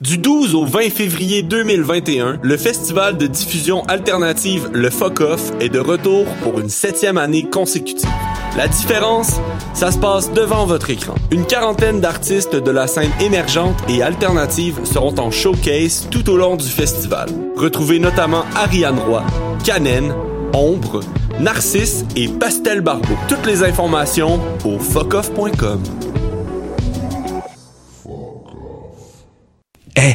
Du 12 au 20 février 2021, le festival de diffusion alternative Le Fuck Off est de retour pour une septième année consécutive. La différence, ça se passe devant votre écran. Une quarantaine d'artistes de la scène émergente et alternative seront en showcase tout au long du festival. Retrouvez notamment Ariane Roy, Canen, Ombre, Narcisse et Pastel Barbeau. Toutes les informations au fuckoff.com. Eh,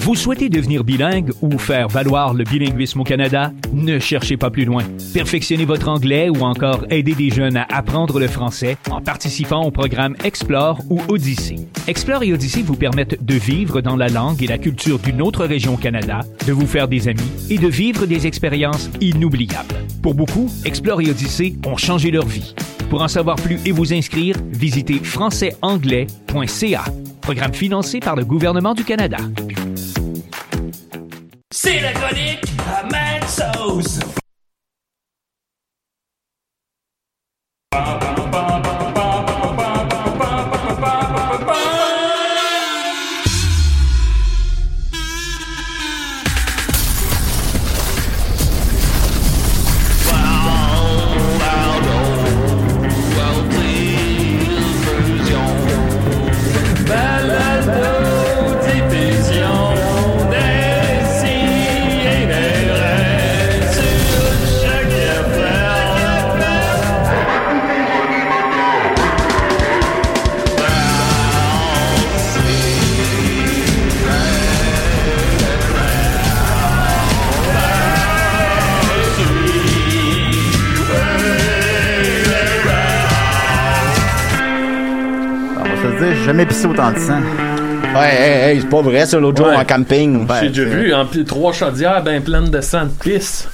Vous souhaitez devenir bilingue ou faire valoir le bilinguisme au Canada? Ne cherchez pas plus loin. Perfectionnez votre anglais ou encore aidez des jeunes à apprendre le français en participant au programme Explore ou Odyssée. Explore et Odyssée vous permettent de vivre dans la langue et la culture d'une autre région au Canada, de vous faire des amis et de vivre des expériences inoubliables. Pour beaucoup, Explore et Odyssée ont changé leur vie. Pour en savoir plus et vous inscrire, visitez françaisanglais.ca. Programme financé par le gouvernement du Canada. C'est la chronique à Mad Sauce. On va se le dire, j'ai jamais pissé autant de sang. Ouais, hey, hey, c'est pas vrai, ça, l'autre Ouais. jour en camping. Ouais, J'ai déjà c'est vu en pile trois chaudières bien pleines de sang de pisse.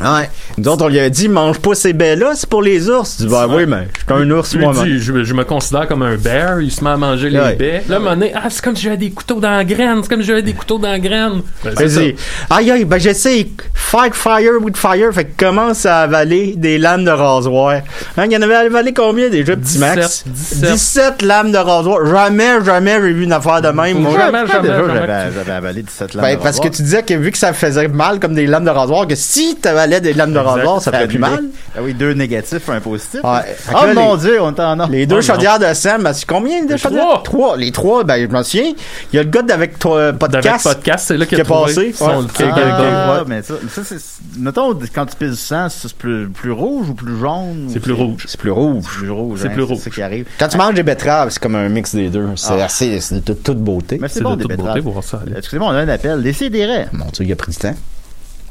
Ouais. Nous autres, on lui a dit, mange pas ces baies-là, c'est pour les ours. Tu dis, bah oui, mais je suis un ours, Lui moi, man. dit, je, je me considère comme un bear, il se met à manger les Ouais. baies. Là, à un moment donné, ah, c'est comme si j'avais des couteaux dans la graine, c'est comme si j'avais des couteaux dans la graine. Ben, c'est ça. Vas-y. Aïe, aïe, ben j'essaie. Fight fire with fire. Fait que commence à avaler des lames de rasoir. Hein, il y en avait avalé combien déjà, petit Max? 17. 17 lames de rasoir. Jamais, jamais j'ai vu une affaire de même. Jamais, moi. Pourquoi jamais, déjà, jamais. j'avais- J'avais avalé 17 lames. Ben, de parce que rasoir? tu disais que vu que ça faisait mal comme des lames de rasoir, que si t'avalais des lames de Exact, rasoir, ça fait plus abîmé. mal. Ah oui, deux négatifs, un positif. Ouais. Fait que Ah, là, mon les- Dieu, on t'en a. Les deux chaudières de Sam, ben, c'est combien de chaudières? trois. Les trois, ben, je m'en souviens. Il y a le gars d'avec toi, euh, D'avec podcast. podcast, c'est là qu'il Qui a est trouvé passé, son ouais. truc Ok, Ah, avec les- ok, ouais. mais ça, mais ça c'est. Mettons, quand tu pisses du sang, c'est plus, plus rouge ou plus jaune? C'est plus rouge. C'est plus rouge. C'est plus rouge. C'est hein, plus rouge. C'est ça qui arrive. Quand tu manges des betteraves, c'est comme un mix des deux. C'est Ah. assez, c'est de toute beauté. Mais c'est C'est bon, de des toute beauté betteraves. voir ça. Euh, aller. Excusez-moi, on a un appel. Décidérez. Mon Dieu, il a pris du temps.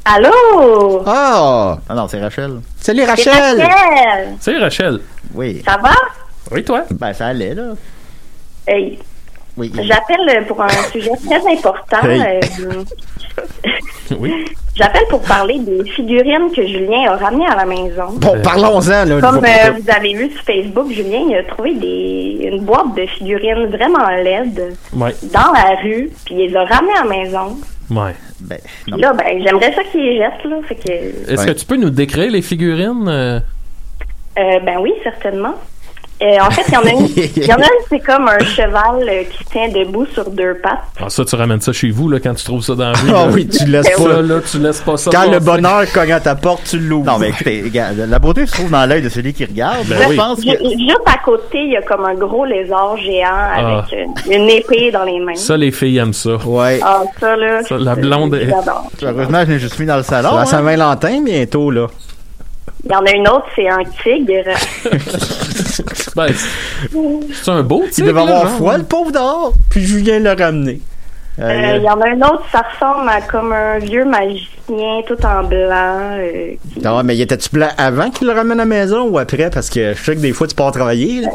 Allô? Ah! Ah non, c'est Rachel. Salut C'est Rachel! Rachel. Salut Rachel. Oui. Ça va? Oui, toi? Ben, ça allait, là. Hey, Oui. J'appelle euh, pour un sujet très important. Hey. euh, Oui. J'appelle pour parler des figurines que Julien a ramenées à la maison. Bon, parlons-en, là. Comme euh, vous avez vu sur Facebook, Julien il a trouvé des, une boîte de figurines vraiment laide Ouais. dans la rue, puis il les a ramenées à la maison. Ouais. Ben, non. Puis là, ben, j'aimerais ça qu'il les jette, là. Fait que, Est-ce Ouais. que tu peux nous décrire les figurines? euh? euh, ben oui, certainement. Euh, en fait, il y en a une, il y en a une, c'est comme un cheval euh, qui se tient debout sur deux pattes. Ah, ça, tu ramènes ça chez vous, là, quand tu trouves ça dans la rue. Ah là. oui, tu le laisses Ben Ça, pas. là, tu laisses pas ça. Quand passer. le bonheur cogne à ta porte, tu l'ouvres. Non, mais écoutez, regarde, la beauté se trouve dans l'œil de celui qui regarde. Ben je oui. pense que. Ju- Juste à côté, il y a comme un gros lézard géant avec euh, une épée dans les mains. Ah. Ça, les filles aiment ça. Ouais. ah, ça là. Ça, la c'est- blonde est- j'adore. Heureusement, je l'ai juste mis dans le C'est salon. la hein. Saint-Valentin bientôt, là. Il y en a une autre, c'est un tigre. Ben, c'est c'est un beau, tu sais. Il devait là, avoir genre. froid, le pauvre dehors. Puis Julien l'a ramené. Euh, Euh, Il y en a une autre, ça ressemble à comme un vieux magicien tout en blanc. euh, qui- Non, mais il était-tu blanc avant qu'il le ramène à la maison ou après? Parce que je sais que des fois, tu pars travailler. là.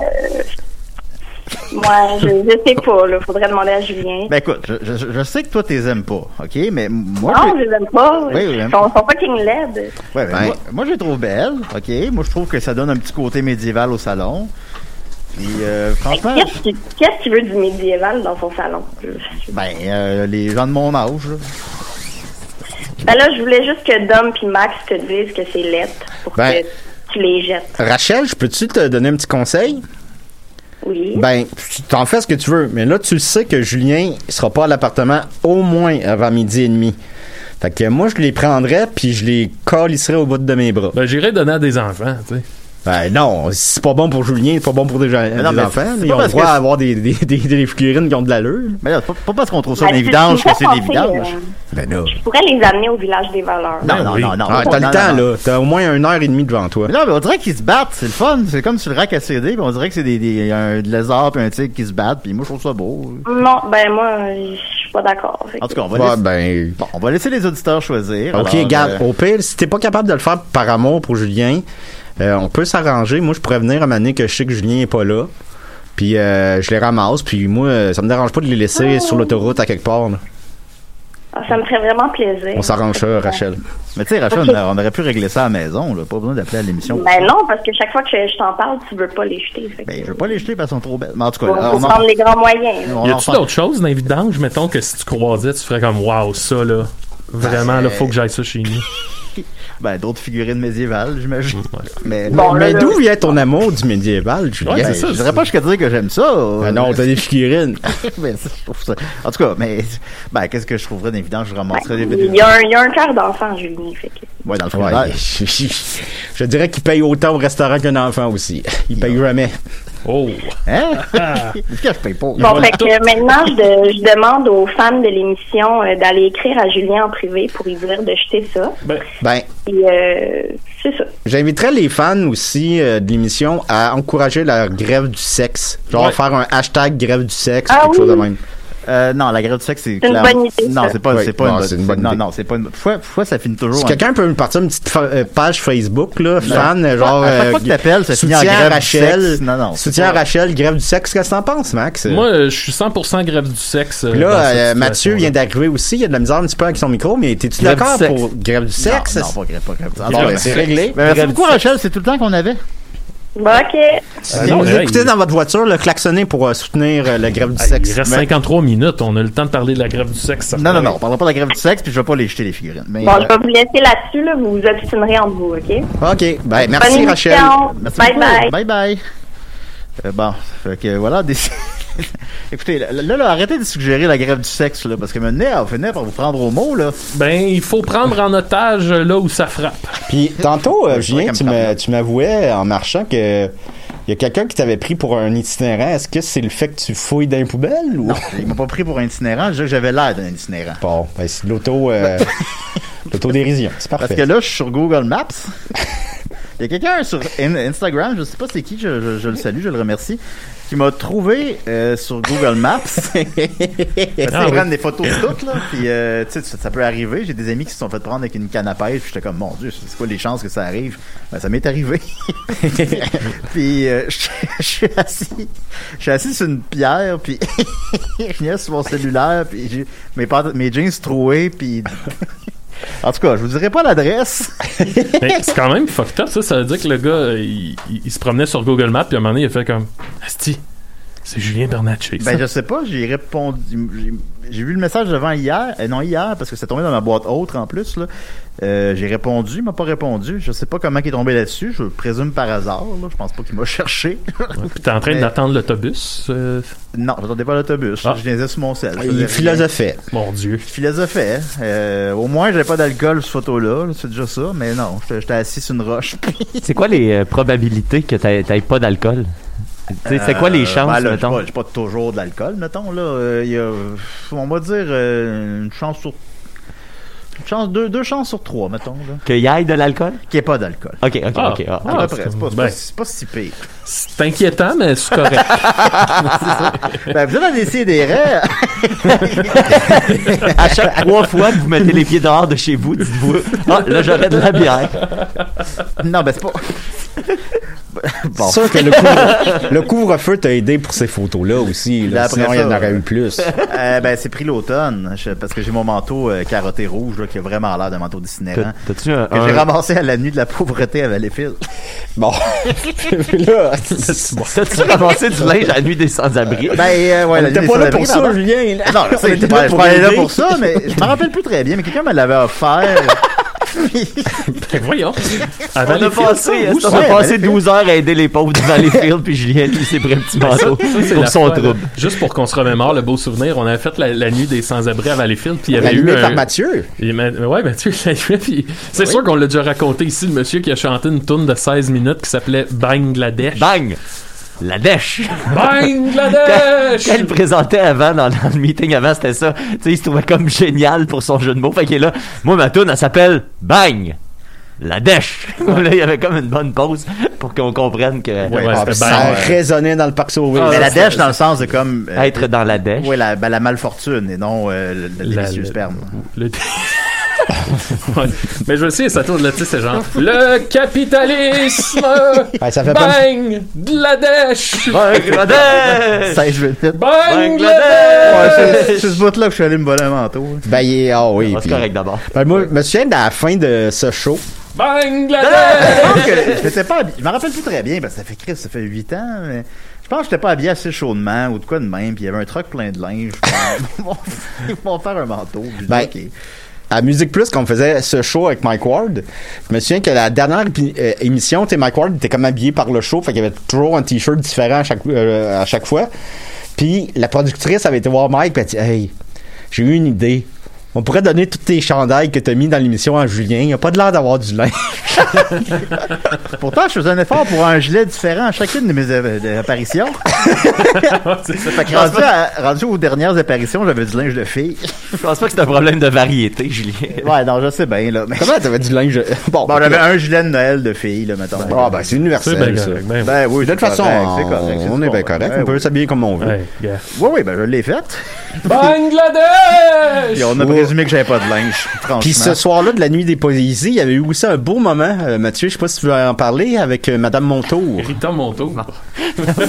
Moi, je, je sais pas, là. Faudrait demander à Julien. Ben écoute, je, je, je sais que toi, t'es aimes pas, OK? Mais moi, non, je- je les aime pas. Oui, oui, Ils j'aime sont, sont fucking laides. Ouais, ben, moi, moi, je les trouve belles, OK? Moi, je trouve que ça donne un petit côté médiéval au salon. Puis, euh, franchement, Qu'est-ce qui- qu'est-ce qu'il veut du médiéval dans son salon? je- ben, euh, les gens de mon âge, là. Ben là, je voulais juste que Dom puis Max te disent que c'est lettre pour Ben. que tu les jettes. Rachel, je peux-tu te donner un petit conseil? Oui. Ben, tu t'en fais ce que tu veux, mais là, tu le sais que Julien il sera pas à l'appartement au moins avant midi et demi. Fait que moi, je les prendrais, puis je les colisserais au bout de mes bras. Ben, j'irais donner à des enfants, tu sais. Ben non, c'est pas bon pour Julien, c'est pas bon pour des, gens, non, des mais enfants. c'est Ils pas ont le parce droit que- à avoir des, des, des, des figurines qui ont de l'allure. Mais là, pas, pas parce qu'on trouve ça Ben, une tu- tu me évidence que fais c'est des penser, vidanges. euh, Ben là. Je pourrais les amener au village des valeurs. Non, non, oui. non, non. Ah, t'as non, le non, temps, non. là. T'as au moins une heure et demie devant toi. Mais non, mais on dirait qu'ils se battent, c'est le fun. C'est comme sur le rack à CD, puis on dirait que c'est des, des, un lézard puis un tigre qui se battent, puis moi, je trouve ça beau. Non, ben moi, euh, je suis pas d'accord. Fait En que- tout cas, on va, Ouais, laisser, ben. bon, on va laisser les auditeurs choisir. Ok, Alors, garde. euh, Au pire, si t'es pas capable de le faire par amour pour Julien, euh, on peut s'arranger. Moi, je pourrais venir à année que je sais que Julien est pas là. Puis euh, je les ramasse. Puis moi, euh, ça me dérange pas de les laisser sur l'autoroute à quelque part. là. Ah, ça me ferait vraiment plaisir. On s'arrange ça, Ah. Rachel. Mais tu sais, Rachel, Ok. on a- on aurait pu régler ça à la maison, là. Pas besoin d'appeler à l'émission. Ben non, parce que chaque fois que je t'en parle, tu veux pas les jeter. Fait que- Ben, je veux pas les jeter parce qu'elles sont trop belles. Mais en tout cas, Faut- faut on en- prendre les grands moyens. là. on Y en a-tu reparle. d'autres choses dans les vidanges, mettons, que si tu croisais, tu ferais comme, waouh, ça, là, vraiment, là, faut que j'aille ça chez nous. Ben, d'autres figurines médiévales, j'imagine. Mais, Bon, mais là, d'où là- vient ton amour du médiéval, Julien? Ouais, ben, c'est ça, je c'est- dirais pas jusqu'à dire que j'aime ça. Ben non, t'as des figurines. mais ça, je trouve ça- En tout cas, mais, ben, qu'est-ce que je trouverais d'évident? Je ramasserais des Il y a un, il y a un cœur d'enfant, Julien. Fait que... Ouais, dans le fond. Ouais. je dirais qu'il paye autant au restaurant qu'un enfant aussi. Il paye jamais. Oh! Hein? Pourquoi je paye pas? Bon, fait que maintenant, je, de- je demande aux fans de l'émission euh, d'aller écrire à Julien en privé pour lui dire de jeter ça. Ben, Et euh, c'est ça. J'inviterais les fans aussi euh, de l'émission à encourager la grève du sexe. Genre Ouais. faire un hashtag grève du sexe, Ah quelque chose de oui. même. Euh, non, la grève du sexe, c'est C'est une clairement- bonne idée, Non, ça. c'est pas, Oui, c'est pas non, une bonne c'est une bonne Non, idée. non, c'est pas une. Pourquoi, pourquoi ça finit toujours Si en- quelqu'un peut me partir une petite fa- euh, page Facebook, là, fan, euh, genre. à chaque fois que t'appelles, ça finit en soutien à grève du Rachel. sexe. Non, non, c'est Soutien à pas- Rachel, grève du sexe. Qu'est-ce que t'en penses, Max? Moi, euh, je suis 100% grève du sexe. euh, Puis dans là, cette euh, situation-là. Mathieu vient d'arriver aussi. Il y a de la misère un petit peu avec son micro, mais t'es-tu Grève du d'accord sexe. pour grève du Non, sexe? Non, pas grève, pas grève. Ah, Bon, bon, ben, ben, c'est réglé. ben, merci beaucoup, Rachel. C'est tout le temps qu'on avait. Bon, OK. Si non, vous mais là, écoutez il- dans votre voiture, le klaxonner pour euh, soutenir euh, la grève du Ah, sexe. Il reste Mais- 53 minutes, on a le temps de parler de la grève du sexe. ça Non, non, fait- non. On parlera pas de la grève du sexe, puis je vais pas les jeter, les figurines. Mais, Bon, euh, je vais vous laisser là-dessus, là. Vous vous obstinerez entre vous, OK? OK. Ben, merci, Bonne Rachel. émission. Merci bye beaucoup. bye. Bye bye. Euh, bon, fait que voilà. Des... Écoutez, là, là, là, arrêtez de suggérer la grève du sexe, là, parce que maintenant, on finit par vous prendre au mot, là. Ben, il faut prendre en otage euh, là où ça frappe. Puis tantôt, euh, Ouais, Julien, comme tu ça. me- tu m'avouais en marchant que il y a quelqu'un qui t'avait pris pour un itinérant. Est-ce que c'est le fait que tu fouilles dans les poubelles ou Non, ils m'ont pas pris pour un itinérant, je disais que j'avais l'air d'un itinérant. Bon, ben, c'est de l'auto euh, l'autodérision. C'est Parce parfait. que là, je suis sur Google Maps. Il y a quelqu'un sur In- Instagram, je sais pas c'est qui, je, je- je le salue, je le remercie, qui m'a trouvé euh, sur Google Maps. Parce qu'ils Ah oui. prennent des photos de toutes, là. Puis, euh, tu sais, ça, ça peut arriver. J'ai des amis qui se sont fait prendre avec une canne à pêche. Puis j'étais comme, mon Dieu, c'est quoi les chances que ça arrive? Ben, ça m'est arrivé. puis, euh, je je suis assis. Je suis assis sur une pierre, puis je venais sur mon cellulaire, puis j'ai mes, pant- mes jeans troués, puis... En tout cas, je vous dirai pas l'adresse. Mais c'est quand même fucked up, ça. Ça veut dire que le gars, euh, il, il- il se promenait sur Google Maps, puis à un moment donné, il a fait comme Asti, c'est Julien Bernatchez. ça. Ben, je sais pas, j'ai répondu. j'ai- J'ai vu le message devant hier. euh, non, hier, parce que c'est tombé dans ma boîte autre en plus. là. Euh, j'ai répondu, il m'a pas répondu. Je sais pas comment il est tombé là-dessus. Je présume par hasard. Là. Je pense pas qu'il m'a cherché. Ouais, Puis t'es en train Mais- d'attendre l'autobus. euh, non, j'attendais pas l'autobus. Ah. Je viens sur mon sel. Je faisais Il rien. philosophait. mon Dieu. Philosophait. Euh, au moins, j'avais pas d'alcool sur cette photo-là. là, C'est déjà ça. Mais non, j'étais j'étais assis sur une roche. C'est quoi les euh, probabilités que t'ailles t'ailles pas d'alcool? Tu sais, C'est quoi les chances, Ben là, j'ai mettons? pas- J'ai pas, toujours de l'alcool, mettons. Là. Euh, il y a, euh, on va dire euh, une chance sur. Une chance, deux, deux chances sur trois, mettons. Là. Qu'il y ait de l'alcool? Qu'il n'y ait pas d'alcool. OK, OK, Ah. OK. ah, À ah. peu près. c'est- C'est pas, c'est ben. pas, c'est pas si pire. C'est inquiétant, mais c'est correct. ben, vous êtes à décider des hein? rêves. À chaque trois fois que vous mettez les pieds dehors de chez vous, dites-vous, ah, là, j'aurais de la bière. Non, ben, c'est pas. Bon. C'est sûr que le, couvre- le couvre-feu t'a aidé pour ces photos-là aussi. Là, Là. après Sinon, il y en ça, aurait eu plus. Euh, ben, c'est pris l'automne, je- parce que j'ai mon manteau euh, carotté rouge, là, qui a vraiment l'air d'un manteau Disneyland. T'as- T'as-tu un. que j'ai un- ramassé à la nuit de la pauvreté à Valleyfield. Bon. là, c'est- T'as-tu ramassé du linge à la nuit des sans-abri? Ben, euh, ouais, on la nuit était des pas là sans-abri, pour dans- ça, Julien. là. Non, je On sais, était j'étais là pas, pour j'étais pas là aider. pour ça, mais je me rappelle plus très bien, mais quelqu'un me l'avait offert. Ben, voyons. À On a Valleyfield, passé, où on ça? a Ouais, passé Valleyfield. 12 heures à aider les pauvres du Valleyfield, puis Julien, lui, s'est pris un petit manteau C'est pour la son fois, là. trouble. Juste pour qu'on se remémore le beau souvenir, on avait fait la, la nuit des sans-abri à Valleyfield, puis il y avait eu Allumé par un- Mathieu. Et ma- ouais, ben, Mathieu l'allumait, puis c'est sûr qu'on l'a déjà raconté ici, le monsieur qui a chanté une tourne de 16 minutes qui s'appelait Bangladesh. Bang! La dèche! Bangladesh! Qu'elle présentait avant, dans, dans le meeting avant, c'était ça. Tu sais, il se trouvait comme génial pour son jeu de mots. Fait qu'il est là. Moi, ma tune, elle s'appelle Bang! La dèche! là, il y avait comme une bonne pause pour qu'on comprenne que. Ouais, Ouais, ouais, c'était Ah, ça Ça Bang. résonnait dans le parc Sauvé. mais la dèche dans le sens de comme. euh, Être dans la dèche. ouais, la, ben, la malfortune et non euh, le, le La- délicieux le- sperme. Le- Ouais. Mais je sais, ça tourne là, tu sais, c'est genre le capitalisme, Ouais, ça fait pas Bangladesh, Bangladesh! 16 minutes. Ouais, Bangladesh! c'est c'est ce bout-là que je suis allé me voler un manteau. hein. Ben, il est- ah oui. Ah, C'est puis- correct d'abord. Ben, moi, je me souviens de la fin de ce show. Bangladesh. Je pense que j'étais pas habillé- Je me rappelle plus très bien, parce que ça fait Chris, ça fait 8 ans, mais je pense que j'étais pas habillé assez chaudement ou de quoi de même, puis il y avait un truck plein de linge. je pense. Ils m'ont- Ils m'ont faire un manteau. puis je dis, Ben, OK. à Musique Plus qu'on faisait ce show avec Mike Ward. Je me souviens que la dernière épi- euh, émission, tu sais, Mike Ward était comme habillé par le show, fait qu'il y avait toujours un t-shirt différent à chaque, euh, à chaque fois. Puis la productrice avait été voir Mike, puis elle dit Hey, j'ai eu une idée. On pourrait donner tous tes chandails que t'as mis dans l'émission à Julien. Il a pas de l'air d'avoir du linge. Pourtant, je faisais un effort pour un gilet différent à chacune de mes euh, de- apparitions. Fait que rendu, à- rendu aux dernières apparitions, j'avais du linge de fille. Je pense pas que c'est un problème de variété, Julien. Ouais, non, je sais bien, là. Mais... Comment t'avais du linge Bon, euh, Bon, j'avais un gilet de Noël de fille, là, mettons. Ah, ben, c'est universel. C'est bien ça. correct, ben, Ben oui, De toute façon, c'est correct, c'est on est bon, bien correct. ben on peut oui. s'habiller comme on veut. Ouais, yeah. Oui, oui, ben je l'ai faite. Bangladesh! Puis on a Ouais. présumé que j'avais pas de linge, franchement. Puis ce soir-là de la nuit des poésies, il y avait eu aussi un beau moment, euh, Mathieu, je sais pas si tu veux en parler, avec euh, Madame Montour. Rita Montour.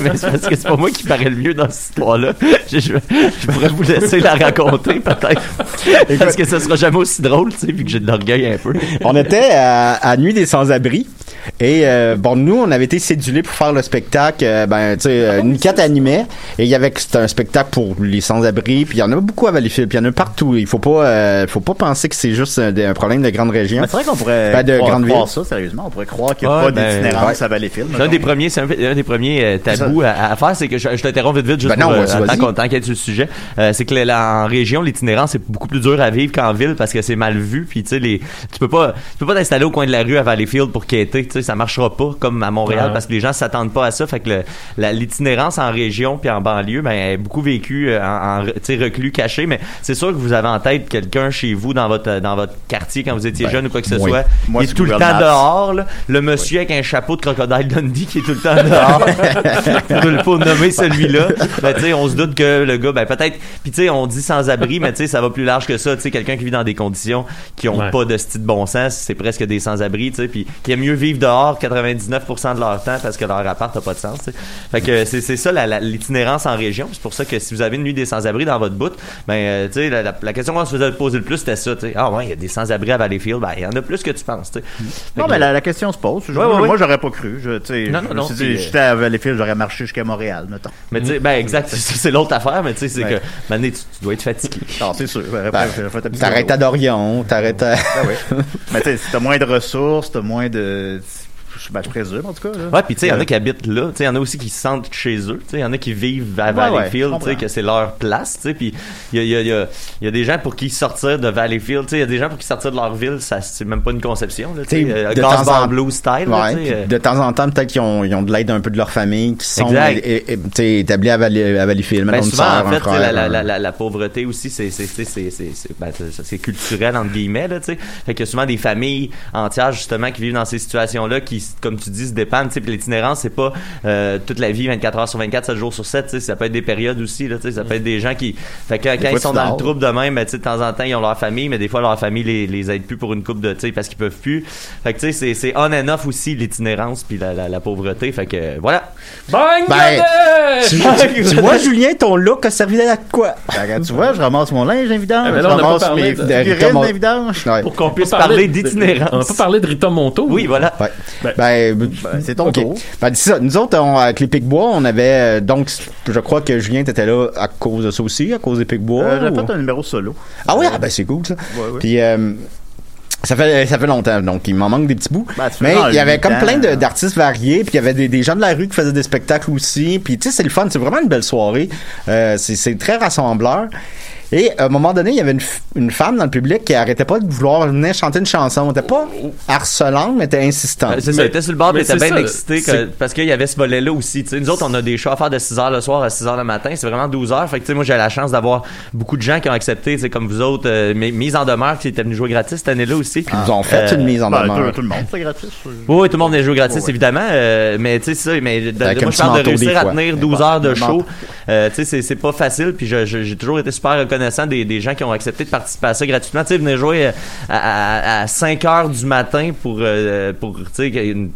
Mais c'est parce que c'est pas moi qui paraît le mieux dans cette histoire-là. Je, je- je pourrais vous laisser la raconter, peut-être. Parce que ça sera jamais aussi drôle, tu sais, vu que j'ai de l'orgueil un peu. On était à, à Nuit des Sans-Abri. Et euh, bon, nous, on avait été cédulés pour faire le spectacle. euh, ben, tu sais, euh, une quête animée. Et il y avait c'était un spectacle pour les sans-abri. Puis il y en a beaucoup à Valleyfield. Puis il y en a partout. Il faut pas, euh, faut pas penser que c'est juste un, des- un problème de grande région. Mais c'est vrai qu'on pourrait Ben, de croire, grande croire ville. ça, sérieusement. On pourrait croire qu'il n'y a Ouais, pas ben, d'itinérance à Valleyfield. L'un mettons. des premiers, c'est un, un des premiers euh, tabous à, à faire, c'est que je, je t'interromps vite vite juste Ben non, pour, euh, vas-y, tant vas-y. qu'on t'enquête sur le sujet. Euh, c'est que la, en région, l'itinérance c'est beaucoup plus dur à vivre qu'en ville parce que c'est mal vu. Puis tu sais, les- tu peux pas, tu peux pas t'installer au coin de la rue à Valleyfield pour quêter. Tu sais, ça marchera pas comme à Montréal Ouais. parce que les gens s'attendent pas à ça. Fait que le- la- l'itinérance en région puis en banlieue, ben elle est beaucoup vécue euh, en, en, tu sais, reclus, caché. Mais c'est sûr que vous avez en tête quelqu'un chez vous dans votre euh, dans votre quartier quand vous étiez jeune ou quoi que ce Ben, oui. soit. Moi, il est c'est tout le Google temps Maps. dehors dehors, là, le monsieur avec un chapeau de crocodile Dundee qui est tout le temps dehors. pour le pour nommer celui-là. Ben, tu sais, on se doute que le gars, ben, peut-être. Puis, tu sais, on dit sans-abri, mais tu sais, ça va plus large que ça. Tu sais, quelqu'un qui vit dans des conditions qui ont Ouais. pas de style de bon sens, c'est presque des sans-abri, tu sais, puis qui aiment mieux vivre dehors 99% de leur temps parce que leur appart n'a pas de sens, tu sais. Fait que c'est c'est ça la- la- l'itinérance en région. C'est pour ça que si vous avez une nuit des sans-abri dans votre bout, ben, euh, tu sais, la, la- la question qu'on se faisait poser le plus, c'était ça, tu sais. Ah, ouais, il y a des sans-abri à Valleyfield. Ben, il y en a plus que tu penses, tu sais. Fait Non, que- mais la, la question se pose. Je- Ouais, ouais, moi, ouais. j'aurais pas cru. Je, tu sais, Non, je non, me non, suis puis, euh, dit, j'étais à Valleyfield, j'aurais marché jusqu'à Montréal, mettons. Mais tu sais, ben exact, c'est c'est l'autre affaire, mais tu sais, c'est Ouais. que, maintenant, tu, tu dois être fatigué. Non, c'est sûr. J'aurais pas- j'aurais fait un petit T'arrêtes à vélo. Dorion, t'arrêtes à... Ah Mais tu sais, si t'as moins de ressources, t'as moins de. Je, ben, je présume, en tout cas. là. Ouais, puis tu sais, il y en a Ouais. qui habitent là, tu sais, il y en a aussi qui se sentent chez eux, tu sais, il y en a qui vivent à Ouais, ouais, Valleyfield, je tu sais, comprends. que c'est leur place, tu sais, puis il y a, il y, a, il y, a, il y a des gens pour qui sortir de Valleyfield, tu sais, il y a des gens pour qui sortir de leur ville, ça c'est même pas une conception, là, tu T'sais, sais, euh, Gas de temps en- Bar Blues style, là, Ouais, tu puis sais. euh, de temps en temps, peut-être qu'ils ont, ils ont de l'aide un peu de leur famille, qui sont Exact. é- é- tu sais, établis à, Valley, à Valleyfield. Ben mettons une souvent, sœur, en un fait, tu sais, la, frère, la, un- la, la, la pauvreté aussi, c'est c'est- c'est- c'est- c'est- c'est- ben, c'est- c'est culturel, entre guillemets, là, tu sais. Fait qu'il y a souvent des familles entières, justement, qui vivent dans ces situations-là, qui, s- comme tu dis, se dépendent. tu sais, puis L'itinérance, c'est pas euh, toute la vie, 24 heures sur 24, 7 jours sur 7. tu sais, Ça peut être des périodes aussi. Là, tu sais, ça peut être des gens qui. Fait que, quand fois, ils tu sont dans le dors. trouble de même, ben, tu sais, de temps en temps, ils ont leur famille, mais des fois, leur famille les, les aide plus pour une coupe de. tu sais, Parce qu'ils peuvent plus. Fait que tu sais, c'est- c'est on and off aussi, l'itinérance puis la, la- la pauvreté. Fait que euh, voilà. Bangladesh! Tu, tu- tu vois, Julien, ton look a servi à quoi? Fait que Ben, tu vois, je ramasse mon linge, évidemment. Eh Ah, ben mais je là, on n'a pas ramasse parlé mes de- figurines, comment- évidemment. Ouais. Pour qu'on On peut puisse parler de- On n'a d'itinérance. pas parlé de Rita Monto. Oui, voilà. Ouais. Ben, Ben, ben, c'est ton ok. tour. Ben, c'est ça. Nous autres, on- avec les Pic-Bois, on avait. euh, donc, je crois que Julien était là à cause de ça aussi, à cause des Pic-Bois. Euh, J'ai ou- fait un numéro solo. Ah oui, ah ben c'est cool ça. Ouais, ouais. Puis euh, ça fait ça fait longtemps donc il m'en manque des petits bouts. Ben, tu fais mais genre il y avait huit comme ans, plein de- hein. d'artistes variés, puis il y avait des, des gens de la rue qui faisaient des spectacles aussi. Puis tu sais c'est le fun, c'est vraiment une belle soirée. Euh, c'est c'est très rassembleur. Et à un moment donné, il y avait une, f- une femme dans le public qui arrêtait pas de vouloir venir chanter une chanson. Elle était pas harcelante, mais elle était insistante. Ben, Euh, C'est ça, Mais- il était sur le bord, mais mais il était c'est bien ça, excité que- c'est- parce qu'il y avait ce volet-là aussi. tu sais. nous autres, on a des shows à faire de 6 h le soir à 6 h le matin. C'est vraiment 12 h. Fait que, tu sais, moi, j'ai la chance d'avoir beaucoup de gens qui ont accepté, tu sais, comme vous autres, euh, mes- mise en demeure qui étaient venus jouer gratis cette année-là aussi. Ils nous ont fait Euh, une mise en Ben, demeure. tout, tout le monde, c'est gratuit. ça. Oui, oui, tout le monde venait jouer gratis, Ouais, ouais. évidemment. euh, mais tu sais, c'est ça, mais de- de- Avec moi, un je petit parle de manteau, des réussir à fois. tenir Mais 12 bon, heures de le show. manteau. Euh, tu sais, c'est- c'est pas facile. Puis je- je- j'ai toujours été super reconnaissant des, des gens qui ont accepté de participer à ça gratuitement. Tu sais, venir jouer euh, à, à- à 5 heures du matin pour, euh, pour tu sais, une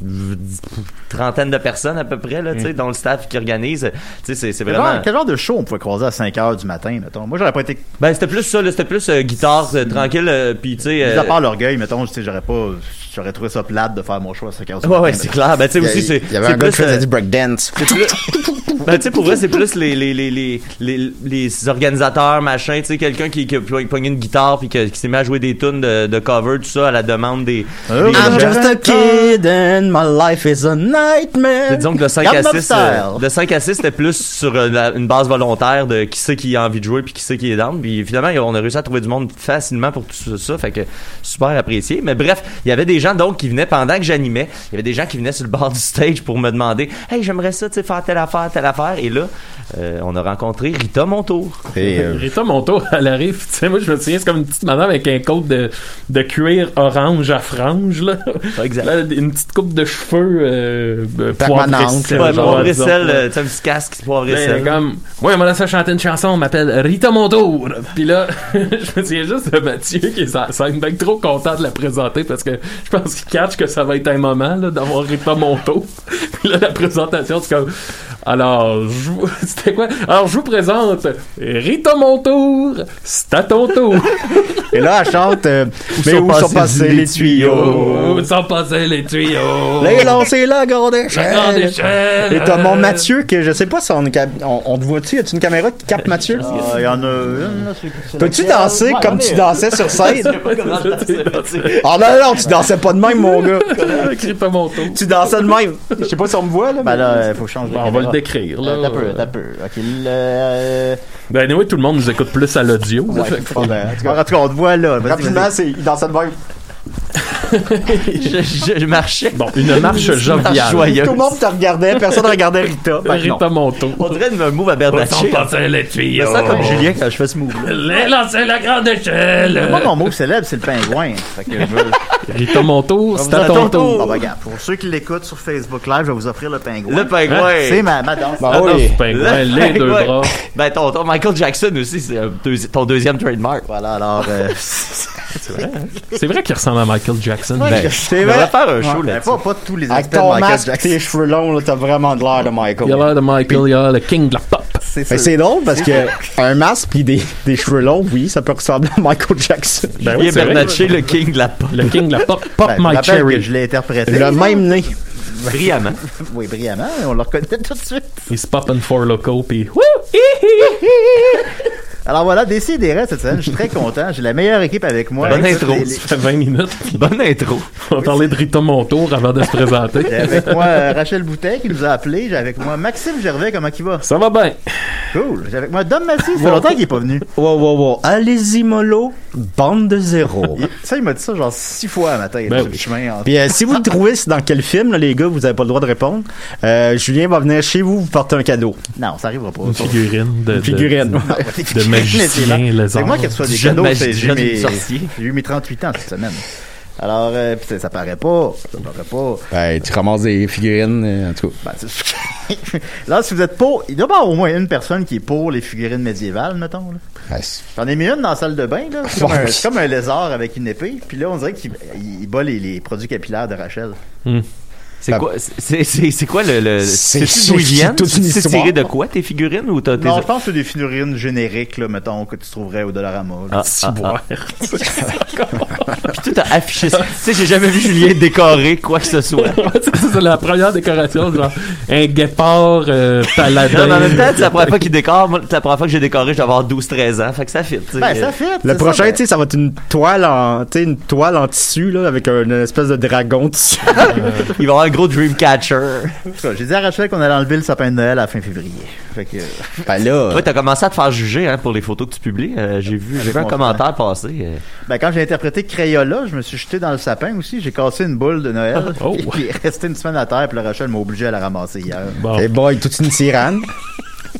trentaine de personnes à peu près, là, tu Mm. sais, dont le staff qui organise. euh, Tu sais, c'est- c'est Quel vraiment. genre- Quel genre de show on pouvait croiser à 5 h du matin, mettons? Moi, j'aurais pas été. Ben, c'était plus ça, là, c'était plus euh, guitare Mm. euh, tranquille. euh, puis tu sais. Mis euh, à part l'orgueil, mettons, tu sais, j'aurais pas. J'aurais trouvé ça plate de faire mon show à 5 h du Ouais, matin. ouais, c'est clair. Ben, tu sais, Il y a- aussi, c'est. il y avait c'est un gars qui plus, euh, faisait du breakdance. C'est plus- ben, tu sais, pour vrai, c'est plus les, les, les, les, les, les organisateurs, machin, tu sais, quelqu'un qui, qui a pogné pogné une guitare puis que- qui s'est mis à jouer des tunes de, de cover, tout ça, à la demande des, Oh, des Ah, I'm gens. just a kid and my life is a nightmare. Mais disons que de 5 à Gangnam 6, Style. euh, de 5 à 6, c'était plus sur euh, la- une base volontaire de qui c'est qui a envie de jouer puis qui c'est qui est down. Puis finalement, on a réussi à trouver du monde facilement pour tout ça, fait que super apprécié. Mais bref, il y avait des gens donc qui venaient pendant que j'animais, il y avait des gens qui venaient sur le bord du stage pour me demander "Hey, j'aimerais ça, tu sais faire telle affaire, telle affaire." Et là, euh, on a rencontré Rita Montour. Et, euh, Rita Monto, elle arrive, tu sais, moi je me souviens, c'est comme une petite madame avec un coat de, de cuir orange à franges, là. exact. Là, une petite coupe de cheveux euh, euh, Permanente, poivre et sel, Ouais, genre, poivre et disons, sel, là. euh, tu sais, un petit casque poivre et Là, elle est sel. Ben, comme, ouais, on m'a laissé chanter une chanson, on m'appelle Rita Montour. Puis là, je me souviens juste de Mathieu qui est sur la scène, ben trop content de la présenter parce que je pense qu'il catch que ça va être un moment là, d'avoir Rita Montour. Puis là, la présentation, c'est comme, alors, je vous- c'était quoi? Alors, je vous présente Rita Montour, c'est à ton tour. et là, elle chante euh, Mais sont où sont passés passés les les tuyaux? Oh, sans passer les tuyaux. Là, là, c'est là, grande La grande échelle. échelle. Et t'as mon Mathieu, que je sais pas si on, est cap- on, on te voit-tu, y a-tu une caméra qui capte Mathieu? Ah, Il y en a une, là, c'est- c'est Peux-tu laquelle? danser Ouais, comme on est- tu dansais sur scène? C'était Ah non, non, tu dansais pas de même, mon gars. Rita Montour. Tu dansais de même. Je sais pas si on me voit, là. Ben mais- là, il faut changer. de Bon, on va le caméra. décrire, là. Euh, T'as peu, t'as peu. Ok, le- euh, Ben, anyway, tout le monde nous écoute plus à l'audio. là, fait ouais, que- bon, ben, en tout cas, en tout cas, on te voit là. Vas-y, Rapidement, vas-y. c'est, il dansait de même. je, je, je marchais. Bon, une marche joviale. joyeuse. Tout le monde te regardait, personne regardait Rita. Fait que non. Rita Monto. On dirait une move à Bernatchez. les tuyaux. Je me sens comme Julien quand je fais ce move-là. Les lancer la grande Moi, échelle. mon mot célèbre, c'est le pingouin. Fait que je veux- Rita Monto, c'est à Vous ton attendez- tour. Bon, ben, regarde, pour ceux qui l'écoutent sur Facebook Live, je vais vous offrir le pingouin. Le C'est pingouin. ma, ma danse. Ben Ah non, oui. c'est pingouin, les deux pingouin. bras. Ben, ton, ton Michael Jackson aussi, c'est euh, deuxi- ton deuxième trademark. Voilà, alors. euh, C'est vrai qu'il ressemble à Michael Jackson. c'est Ben, On vrai. devrait faire un show Ben, là-dessus. pas, pas tous les Avec aspects de ton Michael masque, Jackson. tes cheveux longs, là, t'as vraiment de l'air de Michael. Il a l'air de Michael, il a le king de la pop. C'est Mais Ben, sûr. c'est drôle parce que un masque puis des, des cheveux longs, oui, ça peut ressembler à Michael Jackson. Ben Julien c'est vrai. Bernatchez, le king de la pop. Le king de la pop. Ben, Pop je my rappelle que cherry. Je l'ai interprété. Le même nez. Brillamment. Oui, brillamment. On le reconnaît tout de suite. He's popping for loco, pis wouh! Alors voilà, décidez cette semaine. Je suis très content. J'ai la meilleure équipe avec moi. Bonne Avec intro. les- les- Ça fait 20 minutes. Bonne intro. On va parler de Rita Monto avant de se J'ai présenter. avec moi euh, Rachel Boutet qui nous a appelé. J'ai avec moi Maxime Gervais. Comment il va? Ça va bien. Cool. J'ai avec moi Dom Massy. Ça fait longtemps qu'il est pas venu. Wow, wow, wow. Ah, Allez-y, mollo. Bande de zéro. Il- Ça, il m'a dit ça genre six fois à matin. Ben sur le oui. chemin. en- Puis euh, si vous le trouvez, c'est dans quel film, là, les gars, vous avez pas le droit de répondre. Euh, Julien va venir chez vous, vous portez un cadeau. Non, ça arrivera pas. Une figurine de. de- Figurine. De magicien, les C'est moi qui reçois des Jeune cadeaux. magi- c'est- J'ai jeune mes- sorcier. j'ai eu mes 38 ans cette semaine. Alors, euh, pis ça- ça paraît pas. Ça paraît pas. Ben, tu ramasses des figurines, euh, en tout cas. Ben, c'est- là, si vous êtes pour, il doit y avoir au moins une personne qui est pour les figurines médiévales, mettons. là. Ben, c'est- J'en ai mis une dans la salle de bain, là. C'est comme, un- c'est comme un lézard avec une épée. Puis là, on dirait qu'il il- il bat les, les produits capillaires de Rachel. C'est quoi, c'est, c'est, c'est quoi le. le ah. C'est- c'est d'où ils c'est viennent? toute une C'est histoire. tiré de quoi tes figurines ou t'as tes. Non, je pense que c'est des figurines génériques, là, mettons, que tu trouverais au Dollarama. là. Ah, ah, ah. Puis tout a affiché ça. tu sais, j'ai jamais vu Julien décorer quoi que ce soit. Ah, c'est c'est la première décoration, genre un guépard euh, Non, paladin. mais en même temps, c'est la première fois qu'il décore. Moi, c'est la première fois que j'ai décoré, je dois avoir 12-13 ans. Fait que ça fit. tu sais. Ben, ça fait. Le c'est prochain, ça, ben- tu sais, ça va être une toile en, tu sais, une toile en tissu, là, avec une espèce de dragon dessus. Il va avoir un gros Dreamcatcher. En tout cas, J'ai dit à Rachel qu'on allait enlever le sapin de Noël à la fin février. Fait que, euh, ben là. Toi, t'as commencé à te faire juger hein, pour les photos que tu publies. Euh, j'ai vu, j'ai vu un mon commentaire passer. euh. ben, quand j'ai interprété Crayola, je me suis jeté dans le sapin aussi. J'ai cassé une boule de Noël. Oh. Puis elle est restée une semaine à terre. Puis là, Rachel m'a obligé à la ramasser hier. Bon, Eh boy, toute une tirane.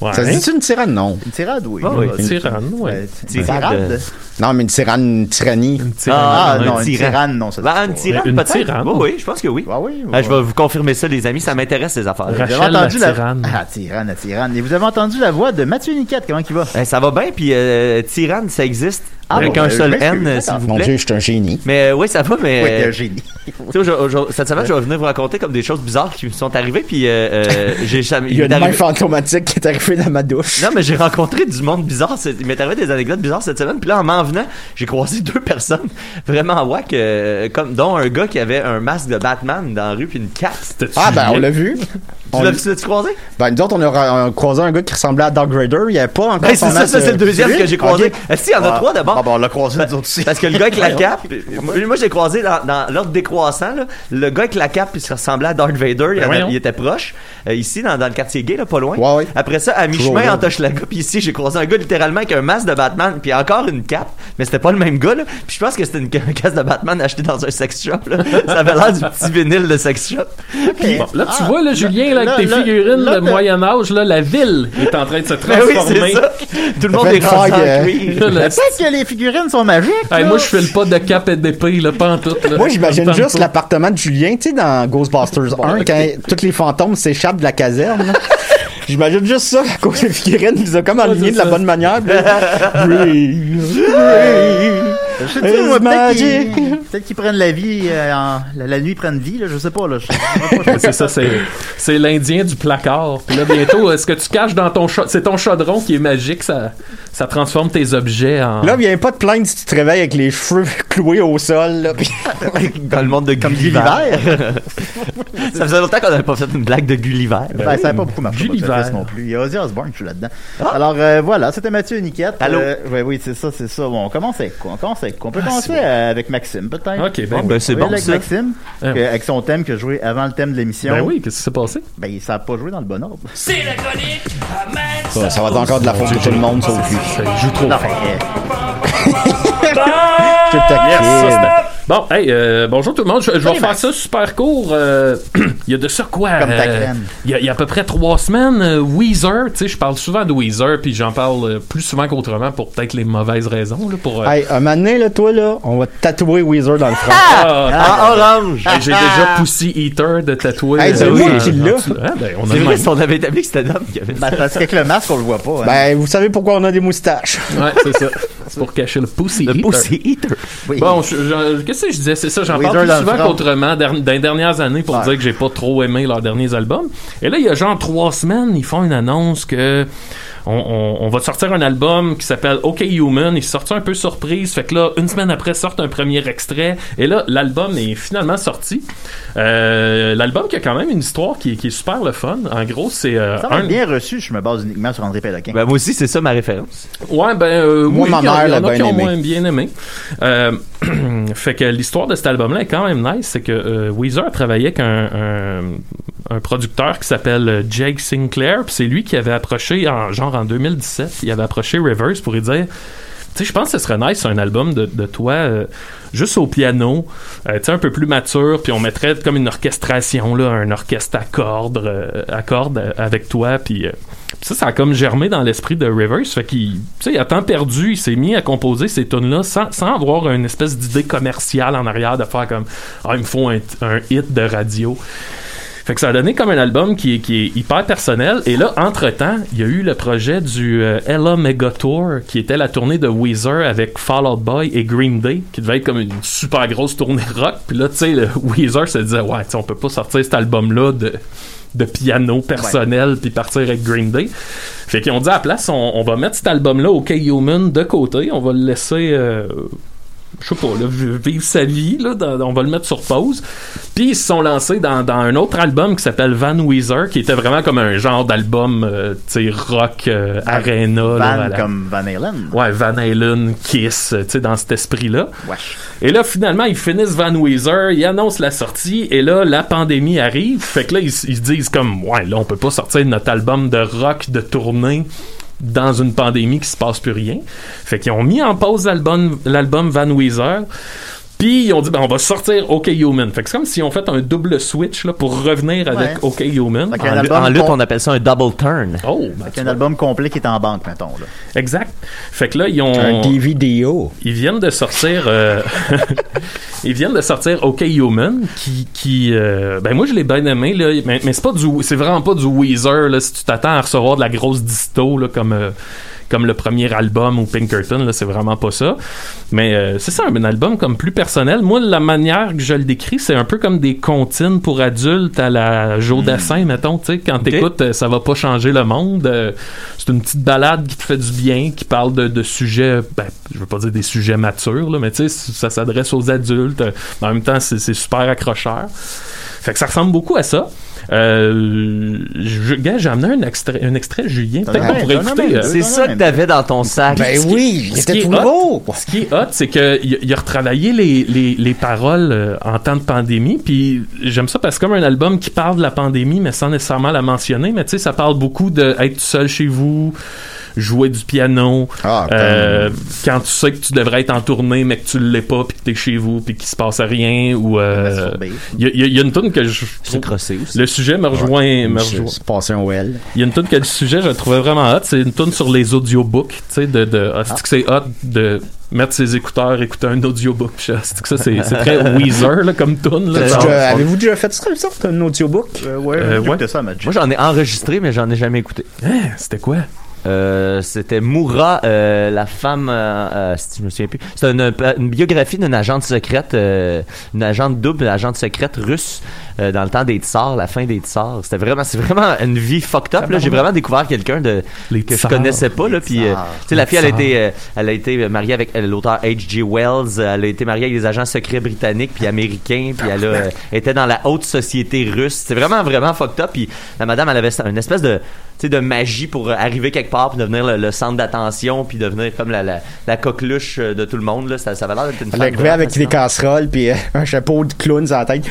ouais. Ça se dit-tu une tirane? Non. Une tirade, oui. Ah, oui, Une- Tyranne, ouais. Ouais, Une Tirade. tirade. Non, mais une tirane, une tyrannie. Une Ah, Ah, non, un une tyran. tirade, non, ça se Ben, un dit pas. tyran, Une peut-être. tyran. Oui, oui, je pense que oui. Ah oui, Ah, je ouais. vais vous confirmer ça, les amis. Ça m'intéresse, ces affaires. Vous avez Rachel la entendu tyranne. Ah, tyranne, la tyranne. Et vous avez entendu la voix de Mathieu Niquette, comment il va? Eh, ça va bien, puis euh, Tyranne, ça existe. Ah, avec bon, un ben, je seul m'excuse, N, euh, s'il d'accord. vous Mon plaît. Dieu, je suis un génie. Mais euh, oui, ça va, mais. Oui, euh, un génie. tu sais, aujourd'hui- aujourd'hui- cette semaine, je vais venir vous raconter comme des choses bizarres qui me sont arrivées, puis euh, euh, j'ai jamais. Il y a il m'est une main arrivé- fantomatique qui est arrivée dans ma douche. Non, mais j'ai rencontré du monde bizarre. c'est- Il m'est arrivé des anecdotes bizarres cette semaine. Puis là, en m'en venant, j'ai croisé deux personnes vraiment wack, euh, comme, dont un gars qui avait un masque de Batman dans la rue, puis une cape. Ah, ben, on l'a vu. Tu On- l'as tu l'as-tu croisé? Ben, nous autres, on a ra- croisé un gars qui ressemblait à Dark Raider. Il n'y avait pas encore. Ben, son c'est ça, masque, ça, c'est euh, le deuxième lui? que j'ai croisé. Ok. Ah, si, il y en a Ah. trois d'abord. Ah, ben, on l'a croisé, nous autres aussi. Parce que le gars avec la cape, moi, moi, je l'ai croisé dans, dans l'ordre décroissant, là. le gars avec la cape, il se ressemblait à Darth Vader, il, en a- voyons. il était proche, Euh, ici, dans, dans le quartier gay, là, pas loin. Ouais, ouais. Après ça, à Toujours mi-chemin, là. en Hochelaga, puis ici, j'ai croisé un gars littéralement avec un masque de Batman, puis encore une cape, mais c'était pas le même gars, là. Puis je pense que c'était une, un casque de Batman acheté dans un sex shop, là. Ça avait l'air du petit vinyle de sex shop. Bon, là, tu Ah, vois, là, Julien, là, là, avec tes là, figurines là, de t'as- Moyen-Âge, là, la ville est en train de se Ben oui, transformer. c'est ça. Tout le monde fait est rendu une en vague, cuir. Là, là, Peut-être que les figurines sont magiques. hey, là. moi, je file pas de cap et d'épée, là, pas en tout. Là. Moi, j'imagine Attends juste pas. l'appartement de Julien, tu sais, dans Ghostbusters 1, quand tous les fantômes s'échappent de la caserne. là. J'imagine juste ça, à cause des figurines, ils les ont comme aligné de la ça. bonne manière. puis là, Breathe, breathe. Je sais pas, moi, It's peut-être qu'ils- magic. peut-être qu'ils prennent la vie, euh, en- la, la nuit prennent vie, là, je sais pas. Là, je- Ben, c'est ça, c'est, c'est l'Indien du placard. Puis là, bientôt, est-ce que tu caches dans ton cha- C'est ton chaudron qui est magique, ça, ça transforme tes objets en. Là, viens pas te plaindre si tu te réveilles avec les cheveux cloués au sol. là, puis- Dans le monde de Gulliver. ça faisait longtemps qu'on n'avait pas fait une blague de Gulliver. Ben, ça n'a pas beaucoup marché. Gulliver. Butterfest non plus. Il y a Ozzy Osbourne, je suis là-dedans. Ah. Alors euh, voilà, c'était Mathieu Niquette. Allô? Euh, ouais, oui, c'est ça, c'est ça. Bon, on commence avec quoi On commence avec quoi On peut commencer euh, avec Maxime, peut-être. Ah, Ok, ben, Ah, ben, c'est Oui, bon, avec ça. Maxime, Ah. que- avec son thème que je jouais avant le thème de l'émission. ben oui, qu'est-ce qui s'est passé? Ben, ça n'a pas joué dans le bon ordre. C'est la chronique à Matt Ça, ça va être encore de la faute de tout le monde, sauf lui. Je Ben, joue trop Non, fort. mais, euh, Je te Yes, ça, taquine. c'était- Bon, hey, euh, bonjour tout le monde. Je, je vais faire ça super court. euh, Il y a de ça quoi? Comme ta euh, graine. Il y a- il y, a à peu près trois semaines, euh, Weezer, tu sais, je parle souvent de Weezer, puis j'en parle euh, plus souvent qu'autrement pour peut-être les mauvaises raisons. Là, pour, euh, Hey, un moment donné, là, toi, là, on va te tatouer Weezer dans le front. ah, En orange. Hey, J'ai déjà Pussy Eater de tatouer. Hey, c'est euh, moi dans- qui l'ai. dans- Ah, ben, on a C'est le vrai, même. si on avait établi que c'était Dom qui avait ben, parce qu'avec le masque, on le voit pas. hein. Ben, vous savez pourquoi on a des moustaches. Ouais, c'est ça. C'est pour cacher le Pussy le Eater. poussé eater. Oui. Bon, je- je- qu'est-ce que je disais? C'est ça, j'en Weezer parle dans plus le souvent front. qu'autrement der- dans les dernières années pour Ouais. dire que j'ai pas trop aimé leurs derniers albums. Et là, il y a genre trois semaines, ils font une annonce que on, on- on va sortir un album qui s'appelle OK Human. Ils sortent ça un peu surprise. Fait que là, une semaine après, sortent un premier extrait. Et là, l'album est finalement sorti. Euh, l'album qui a quand même une histoire qui, est- qui est super le fun. En gros, c'est euh, ça va un... être bien reçu, je me base uniquement sur André Péloquin. Ben, moi aussi, c'est ça ma référence. Ouais, ben, euh, Moi, oui, ma il y en- mère il y en l'a a qui bien ont aimé. moins bien aimé. Euh, fait que l'histoire de cet album-là est quand même nice. C'est que euh, Weezer travaillait avec un, un- un producteur qui s'appelle euh, Jake Sinclair. Puis c'est lui qui avait approché, en, genre en 2017, il avait approché Rivers pour lui dire... Tu sais, je pense que ce serait nice un album de, de toi euh, juste au piano, euh, tu sais, un peu plus mature, puis on mettrait comme une orchestration, là, un orchestre à cordes, euh, à cordes euh, avec toi, puis euh, puis ça, ça a comme germé dans l'esprit de Rivers. Fait qu'il, tu sais, à temps perdu, il s'est mis à composer ces tunes-là sans, sans avoir une espèce d'idée commerciale en arrière de faire comme Ah, il me faut un, un hit de radio. Fait que ça a donné comme un album qui est, qui est hyper personnel. Et là, entre-temps, il y a eu le projet du euh, Ella Mega Tour, qui était la tournée de Weezer avec Fall Out Boy et Green Day, qui devait être comme une super grosse tournée rock. Puis là, tu sais, le Weezer se disait, ouais, tu sais, on peut pas sortir cet album-là de, de piano personnel puis partir avec Green Day. Fait qu'ils ont dit à la place, on, on va mettre cet album-là au K-Human de côté, on va le laisser... euh, je sais pas, là, v- vivre sa vie, là, dans- on va le mettre sur pause. Puis ils se sont lancés dans, dans un autre album qui s'appelle Van Weezer, qui était vraiment comme un genre d'album, euh, tu sais, rock, euh, arena. là, Van à la- comme Van Halen. Ouais, Van Halen, Kiss, euh, tu sais, dans cet esprit-là. Wesh. Et là, finalement, ils finissent Van Weezer, ils annoncent la sortie, et là, la pandémie arrive. Fait que là, ils, s- ils se disent comme, ouais, là, on peut pas sortir notre album de rock de tournée dans une pandémie qui se passe plus rien. Fait qu'ils ont mis en pause l'album, l'album Van Weezer. Puis ils ont dit ben, on va sortir OK Human. Fait que c'est comme si on fait un double switch là, pour revenir avec Ouais. OK Human. Fait qu'un En, lu- album en lutte, com- on appelle ça un double turn. Oh, ben, fait qu'un album complet qui est en banque, mettons. Là. exact. Fait que là ils ont Un DVDO. ils viennent de sortir euh, ils viennent de sortir OK Human qui qui euh, ben moi je l'ai bien aimé là mais, mais c'est pas du c'est vraiment pas du Weezer là si tu t'attends à recevoir de la grosse disto là comme euh, comme le premier album ou Pinkerton là c'est vraiment pas ça mais euh, c'est ça un, album comme plus personnel moi la manière que je le décris c'est un peu comme des comptines pour adultes à la Hmm. Joe Dassin mettons tu sais quand t'écoutes euh, ça va pas changer le monde euh, c'est une petite balade qui te fait du bien, qui parle de, de sujets, ben, je veux pas dire des sujets matures, là, mais tu sais, ça s'adresse aux adultes. Euh, En même temps, c'est c'est super accrocheur. Fait que ça ressemble beaucoup à ça. Euh, je, gars, j'ai amené un extrait, un extrait Julien. T'en Peut-être as- qu'on pourrait t'en as écouter. même euh, deux. C'est ça que t'avais dans ton sac. Ben oui, ce qui est hot, Ce qui est hot, c'est qu'il a, il a retravaillé les, les, les paroles euh, en temps de pandémie. Puis j'aime ça parce que c'est comme un album qui parle de la pandémie, mais sans nécessairement la mentionner. Mais tu sais, ça parle beaucoup d'être tout seul chez vous, jouer du piano, Ah, euh, quand tu sais que tu devrais être en tournée, mais que tu l'es pas, puis que t'es chez vous, puis qu'il se passe rien. Ou euh, Masturber. il y, a- il y a- il y a une tune que je C'est crossé aussi. le sujet me rejoint, me rejoint. C'est passé un well. Il y a une tune que le sujet, je la trouvais vraiment hot. C'est une tune sur les audiobooks. Tu sais, de, de, ah, c'est-tu que c'est hot de mettre ses écouteurs, écouter un audiobook. Je- c'est-tu que ça, c'est, c'est très Weezer, là, comme tune. là. C'est Genre, Ah, du- Euh, Avez-vous déjà fait ça, ça, un audiobook? Euh, ouais, Euh, j'ai écouté ouais. ça à ma gym. Moi, j'en ai enregistré, mais j'en ai jamais écouté. Hein, c'était quoi? Euh, c'était Moura, euh, la femme, euh, euh, si je me souviens plus. C'est une, une biographie d'une agente secrète, euh, une agente double, une agente secrète russe euh, dans le temps des tsars, la fin des tsars. C'était vraiment, c'est vraiment une vie fucked up. Là, j'ai vraiment découvert quelqu'un de Les que je tsars. connaissais pas là. Puis, euh, tsars. tu sais, la fille, elle a tsars. été, euh, elle a été mariée avec euh, l'auteur H.G. Wells. euh, Elle a été mariée avec des agents secrets britanniques puis américains. Puis elle a, euh, était dans la haute société russe. C'est vraiment vraiment fucked up. Puis la madame, elle avait ça- une espèce de, tu sais, de magie pour euh, arriver quelque part puis devenir le, le centre d'attention puis devenir comme la, la, la coqueluche euh, de tout le monde. Là, ça, ça avait l'air d'être une. Elle femme est arrivée vraiment avec des fascinante. casseroles puis euh, un chapeau de clown sur la tête.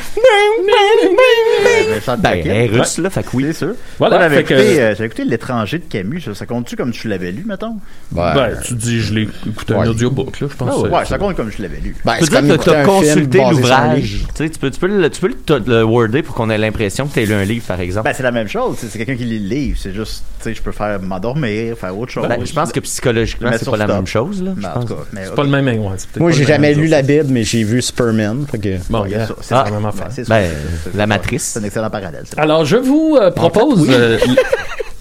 J'avais chanté Ben, avec elle elle. est russe là, fait que oui. C'est sûr. Voilà, Moi, j'avais fait que- écouté, euh, j'avais écouté L'étranger de Camus. Ça, ça compte-tu comme tu l'avais lu, mettons? Ben, Ben, tu dis, je l'ai écouté un Ouais. audiobook, là, je pense. Ah ouais, euh, ça compte comme je l'avais lu. ben, Tu c'est peux comme dire que écouter t'as un film consulté basé sur un l'ouvrage. livre. Tu sais, Tu peux, tu peux, le, tu peux le, le worder pour qu'on ait l'impression que t'as lu un livre, par exemple. Ben, c'est la même chose. C'est c'est quelqu'un qui lit le livre. C'est juste, tu sais, je peux faire m'endormir, faire autre chose. Ben, je pense que psychologiquement, Mais c'est sur pas la stop. même chose. Là, je Non, en pense. tout cas, mais, euh, C'est pas le même. ouais, c'est peut-être Moi, pas j'ai le même jamais lu audio. la Bible, mais j'ai vu Superman. fait que- Bon, Ouais, gars, ça, c'est Ah. la même Ouais, affaire. c'est sûr, Ben, c'est sûr, c'est la sûr. matrice. C'est un excellent parallèle. c'est- Alors, je vous euh, propose euh, l-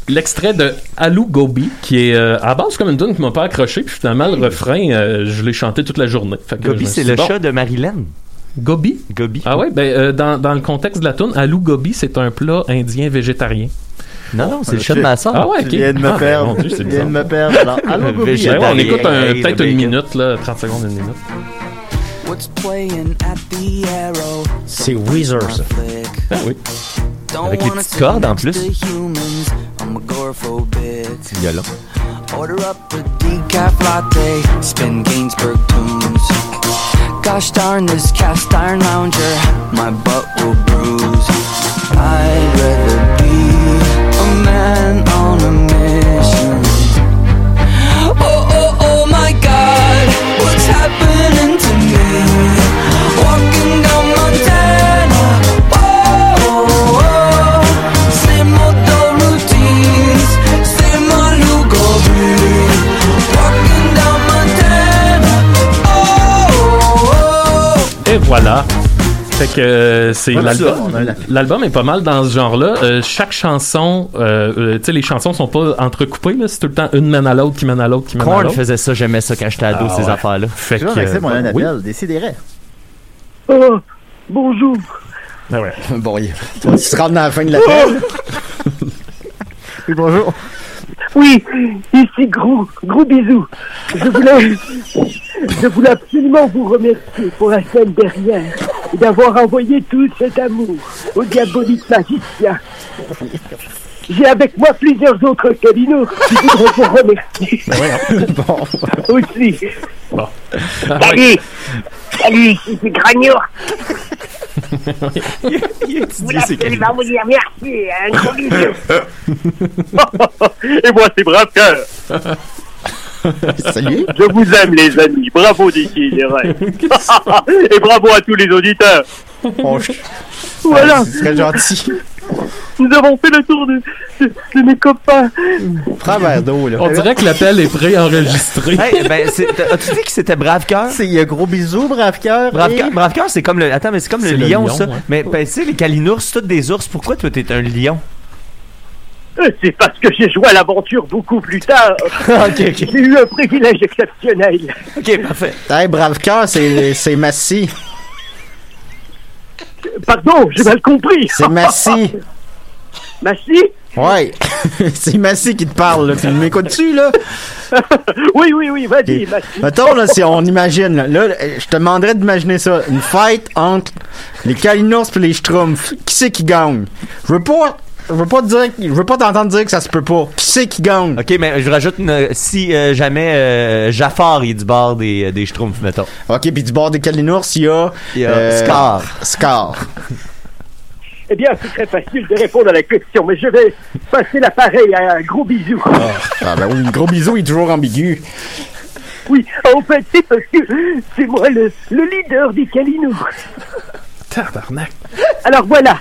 l'extrait de Alou Gobi, qui est euh, à la base comme une tune qui m'a pas accroché, puis finalement, le refrain, euh, je l'ai chanté toute la journée. Fait que je Gobi, me c'est suis le dit, bon, chat de Marilyn. Gobi? Gobi. Ah ouais, ben, euh, dans, dans le contexte de la toune, alou gobi, c'est un plat indien végétarien. Non, non, c'est le le chat chat. de ma soeur. Ah ouais, Tu ok. viens de Ah, me ben, perdre. mon Dieu, c'est Tu viens bizarre. de me perdre. Alors, allô, Gobi. Végétarien. Ouais, on écoute un- Hey, peut-être le une bacon. minute, là, 30 secondes, une minute. What's playing at the arrow? C'est Weezer, ça. Ah Ben oui. Avec les petites cordes, en plus. Humans, I'm agoraphobic. Violon. Order up a decaf latte, spin Gainsbourg tunes. Gosh darn this cast iron lounger, my butt will bruise. I'd rather be a man on a mission. Oh, oh, oh my god. happening to me. Walking down Montana, oh, oh, oh. same old dull routines, same old lugubre. Walking down Montana, oh, oh, oh. Et voilà. Fait que euh, c'est Voilà ça, l'album. on a la- L'album est pas mal dans ce genre-là. Euh, chaque chanson, euh, euh, tu sais, les chansons sont pas entrecoupées. là. C'est tout le temps une mène à l'autre, qui mène à l'autre, qui mène à Korn l'autre. faisait ça, j'aimais ça quand j'étais ado, Ah ces ouais. affaires-là. Fait euh, Tu vois, Maxime, on a un oui. appel. Décidérez. Ah ouais. bon, il... tu se rends dans la fin de l'appel. Oui, bonjour. Oui, ici gros, gros bisous. Je voulais, je voulais absolument vous remercier pour la semaine dernière et d'avoir envoyé tout cet amour au diabolique magicien. J'ai avec moi plusieurs autres calinos qui voudraient vous remercier Ben aussi. Bon. Salut, salut, ici c'est Gragnour. Tu dis, c'est que- absolument vous dire merci, un gros bisou. Et moi, c'est Brave Cœur. Salut. Je vous aime, les amis. Bravo, Dicky, les rêves. Et bravo à tous les auditeurs. On- Voilà, Ce serait gentil. nous avons fait le tour de, de- de mes copains. Prends un verre d'eau, là. On dirait que l'appel est préenregistré. Hey, ben, c'est- t'as- as-tu dit que c'était Brave Cœur? C'est euh, gros bisous, brave cœur. Brave et- Cœur- Brave Cœur, c'est comme le. Attends, mais c'est comme le C'est le lion, lion, ça. ouais. Mais ben, tu sais, les calinours, c'est tous des ours. Pourquoi toi, t'es un lion? Euh, C'est parce que j'ai joué à l'aventure beaucoup plus tard. ok, ok. J'ai eu un privilège exceptionnel. Ok, parfait. Hey, brave cœur, c'est c'est Massy. Pardon, j'ai mal compris. Ah, C'est Massy. Massy Ouais. c'est Massy qui te parle, là. Tu m'écoutes-tu, là? Oui, oui, oui, vas-y, Ok. Massy. Mettons, là, si on imagine, là, là, je te demanderais d'imaginer ça. Une fête entre les Kalinours et les Schtroumpfs. Qui c'est qui gagne? Je veux pas. Je veux pas te dire, je veux pas t'entendre dire que ça se peut pas. Qui c'est qui gagne? Ok, mais je rajoute une. Si euh, jamais euh, Jafar est du bord des, des Schtroumpfs, mettons. Ok, puis du bord des Kalinours, il y a. euh, Il y a Scar. Scar. Eh bien, c'est très facile de répondre à la question, mais je vais passer l'appareil à un gros bisou. Ah, ben oui, gros bisou, il est toujours ambigu. Oui, en fait, c'est parce que c'est moi le, le leader des Calinos. Tabarnak. Alors voilà,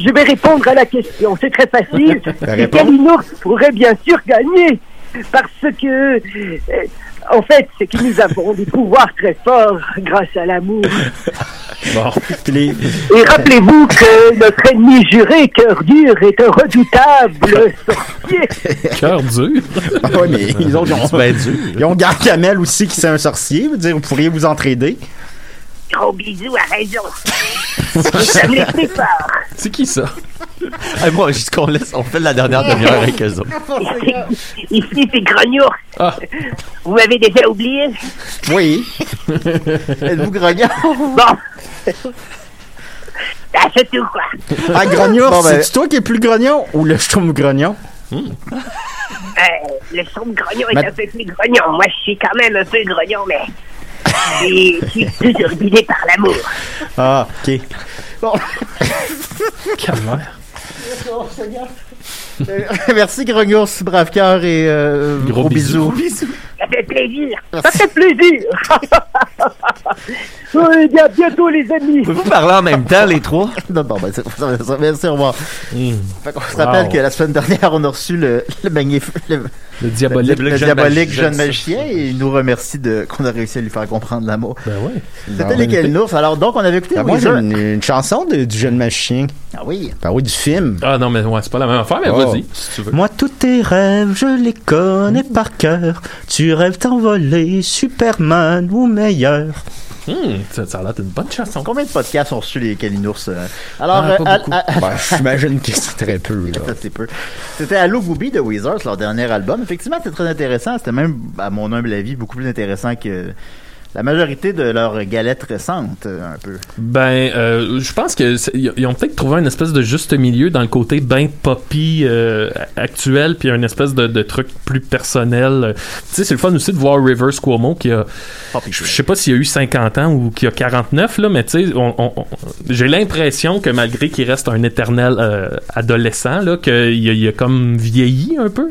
je vais répondre à la question. C'est très facile. Ben, Les réponse. Calinos pourraient bien sûr gagner parce que, euh, en fait, c'est que nous avons des pouvoirs très forts grâce à l'amour. Bon. Puis les- Et rappelez-vous que notre ennemi juré, cœur dur, est un redoutable sorcier. Cœur dur. Ah ouais, mais ils autres, ils ont, Ben, dur. ils ont Gargamel aussi, qui c'est un sorcier. Je veux dire, vous pourriez vous entraider. Gros bisous à raison. Nous sommes les plus forts. C'est qui ça? Hey, moi, juste qu'on laisse. On fait la dernière demi-heure avec eux autres. Ici, c'est Grognour. Ah. Vous m'avez déjà oublié Oui. Êtes-vous grognant? Bon. Ah, c'est tout, quoi. Ah, grognon, Bon, ben- c'est toi qui es plus grognon ou le Schtroumpf grognon? Euh, le son de grognon est Ma- un peu plus grognon. Moi, je suis quand même un peu grognon, mais... Et je suis toujours guidé par l'amour. Ah, ok. Calvaire. Merci, grognon, brave cœur et euh, Gros gros, bisous. bisous. Ça fait plaisir. Ça fait plaisir. oui, bien, bientôt, les amis. Pouvez-vous parler en même temps, les trois? Non, non, ben, c'est- ça, ça, merci, au revoir. Fait qu'on se Wow. rappelle que la semaine dernière, on a reçu le, le magnifique, le, Le diabolique. Bah, le jeune diabolique magi- jeune jeune magicien et il nous remercie de, qu'on a réussi à lui faire comprendre l'amour. Ben ouais. C'était les Kalinours. Alors, donc, on avait écouté Ben, moi, j'ai Wizard. une, une chanson de- du jeune magicien. Ah oui. Ben oui, du film. Ah non, mais ouais, c'est pas la même affaire, mais Oh. vas-y, si tu veux. Moi, tous tes rêves, je les connais par cœur. Tu rêves t'envoler, Superman ou meilleur. Hum, ça, ça a l'air d'une bonne chanson. Combien de podcasts ont reçu les Kalinours? euh? Ah, Alors, pas euh, à- beaucoup. à- Ben, j'imagine que c'est très peu, là. Ça, c'est peu. C'était Allo Gooby de Weezer, c'est leur dernier album. Effectivement, c'était très intéressant. C'était même, à mon humble avis, beaucoup plus intéressant que la majorité de leurs galettes récentes, euh, un peu. Ben, euh, je pense que c'est- ils ils ont peut-être trouvé une espèce de juste milieu dans le côté ben poppy euh, actuel, puis un espèce de, de truc plus personnel. Euh, Tu sais, c'est le fun aussi de voir Rivers Cuomo qui a, je je sais pas s'il a eu 50 ans ou qu'il a 49 là, mais tu sais, on- on- on- j'ai l'impression que malgré qu'il reste un éternel euh, adolescent là, qu'il a, il a comme vieilli un peu.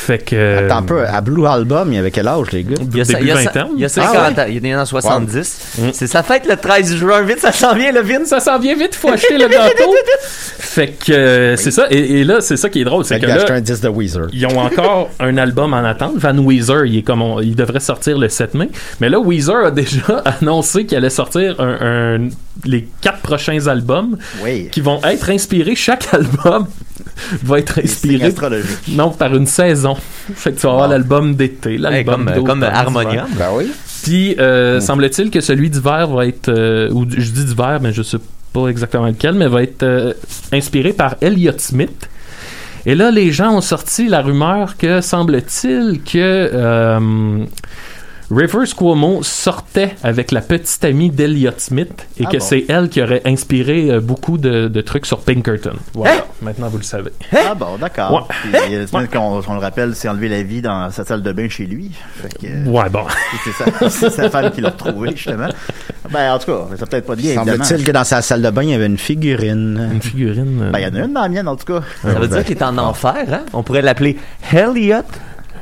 Fait que. Attends un peu, à Blue Album, il y avait quel âge, les gars? Il y a ça- Début il y a ça- vingtaine. Il y a 50 ans, il est né en 70. C'est sa fête le 13 juin. Vite, ça s'en vient, le Vin. Ça s'en vient vite, faut acheter le gâteau. Fait que euh, c'est ça. Et, et là, c'est ça qui est drôle. C'est Fait que que j'ai acheté là, un 10 de Weezer. ils ont encore un album en attente. Van Weezer, il, est comme on- il devrait sortir le 7 mai. Mais là, Weezer a déjà annoncé qu'il allait sortir un- un- les quatre prochains albums Oui. qui vont être inspirés. Chaque album va être Signe inspiré astrologique. non par une saison. Fait que tu vas avoir l'album d'été, Hey, l'album comme, d'automne, comme d'hiver. Harmonium. Ben oui. Puis, euh, semble-t-il que celui d'hiver va être, euh, ou d- je dis d'hiver, mais je sais pas exactement lequel, mais va être euh, inspiré par Elliott Smith. Et là, les gens ont sorti la rumeur que, semble-t-il, que euh, Rivers Cuomo sortait avec la petite amie d'Elliott Smith et Ah que bon? c'est elle qui aurait inspiré euh, beaucoup de, de trucs sur Pinkerton. Voilà, maintenant vous le savez. Ah bon, d'accord. Ouais. Puis, euh, c'est même qu'on on le rappelle, s'est enlevé la vie dans sa salle de bain chez lui. Fait que, euh, Ouais, bon. c'est sa, c'est sa femme qui l'a retrouvé, justement. Ben, en tout cas, ça a peut-être pas de lien, évidemment. Semble-t-il que dans sa salle de bain, il y avait une figurine. Une figurine. euh, Ben, il y en a une dans la mienne, en tout cas. Ça veut dire qu'il est en enfer, hein? On pourrait l'appeler Helliot.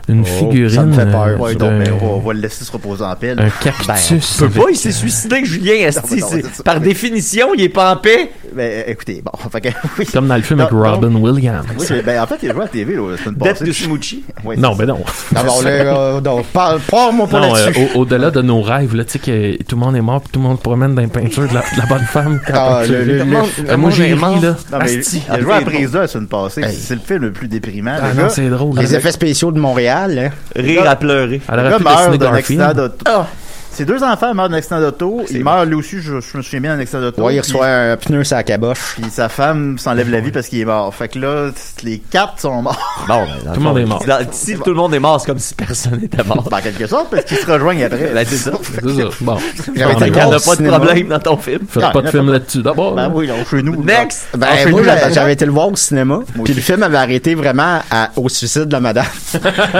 une figurine. Oh, ça me fait peur. euh, Ouais, d'un- donc, ben, on, va, on va le laisser se reposer en paix. là. un oh. Ben, on cactus. peut avec- pas, il s'est suicidé, Julien Esti. Non, non, C'est- c'est ça. Par définition, il est pas en paix. Ben, écoutez, bon, fait que, oui. Comme dans le film avec Non, non. Robin Williams. Oui, mais, ben, en fait, il jouait à la TV, là, la semaine Dette passée. de Smoochie. Ouais, Non, c'est- ben non. Ah, Non, bon, là, euh, donc, parle, parle-moi pas Non, euh, là-dessus. au- au-delà de nos rêves, là, tu sais que tout le monde est mort, puis tout le monde promène dans les peintures de la, de la bonne femme. quand Ah, elle- le- le- Euh, le- moi, j'ai le- ri, là. Non, mais, Asti. il a joué à Prisa la semaine passée. C'est le film le plus déprimant. Ah Le non, gars- c'est drôle. les là. effets spéciaux de Montréal, hein. Rire à pleurer. Elle Le aurait gars pu meurt dessiner d'un accident Garfield. Ah! d'auto. Ses deux enfants meurent d'un accident d'auto. Il meurt lui aussi, je, je me souviens bien d'un accident d'auto. Ah, Ouais, il Puis- reçoit un pneu sur la caboche. Puis sa femme s'enlève la vie parce qu'il est mort. Fait que là, t- les quatre sont morts. Bon, ben, dans Tout le monde est mort. dans- si tout le monde est mort, c'est comme si personne n'était mort. Ben, En quelque sorte, parce qu'ils se rejoignent après. Ben, c'est ça. C'est ça. Bon. J'avais Bon, été Il n'y mais a voir pas au de cinéma. problème dans ton film. Faites Ah, pas de il film là-dessus. D'abord, Ben oui, là, chez nous. là. Next! Ben, Ah, chez moi, nous, j'a- la- j'avais été le voir au cinéma, puis aussi. le film avait arrêté vraiment à- au suicide de la madame.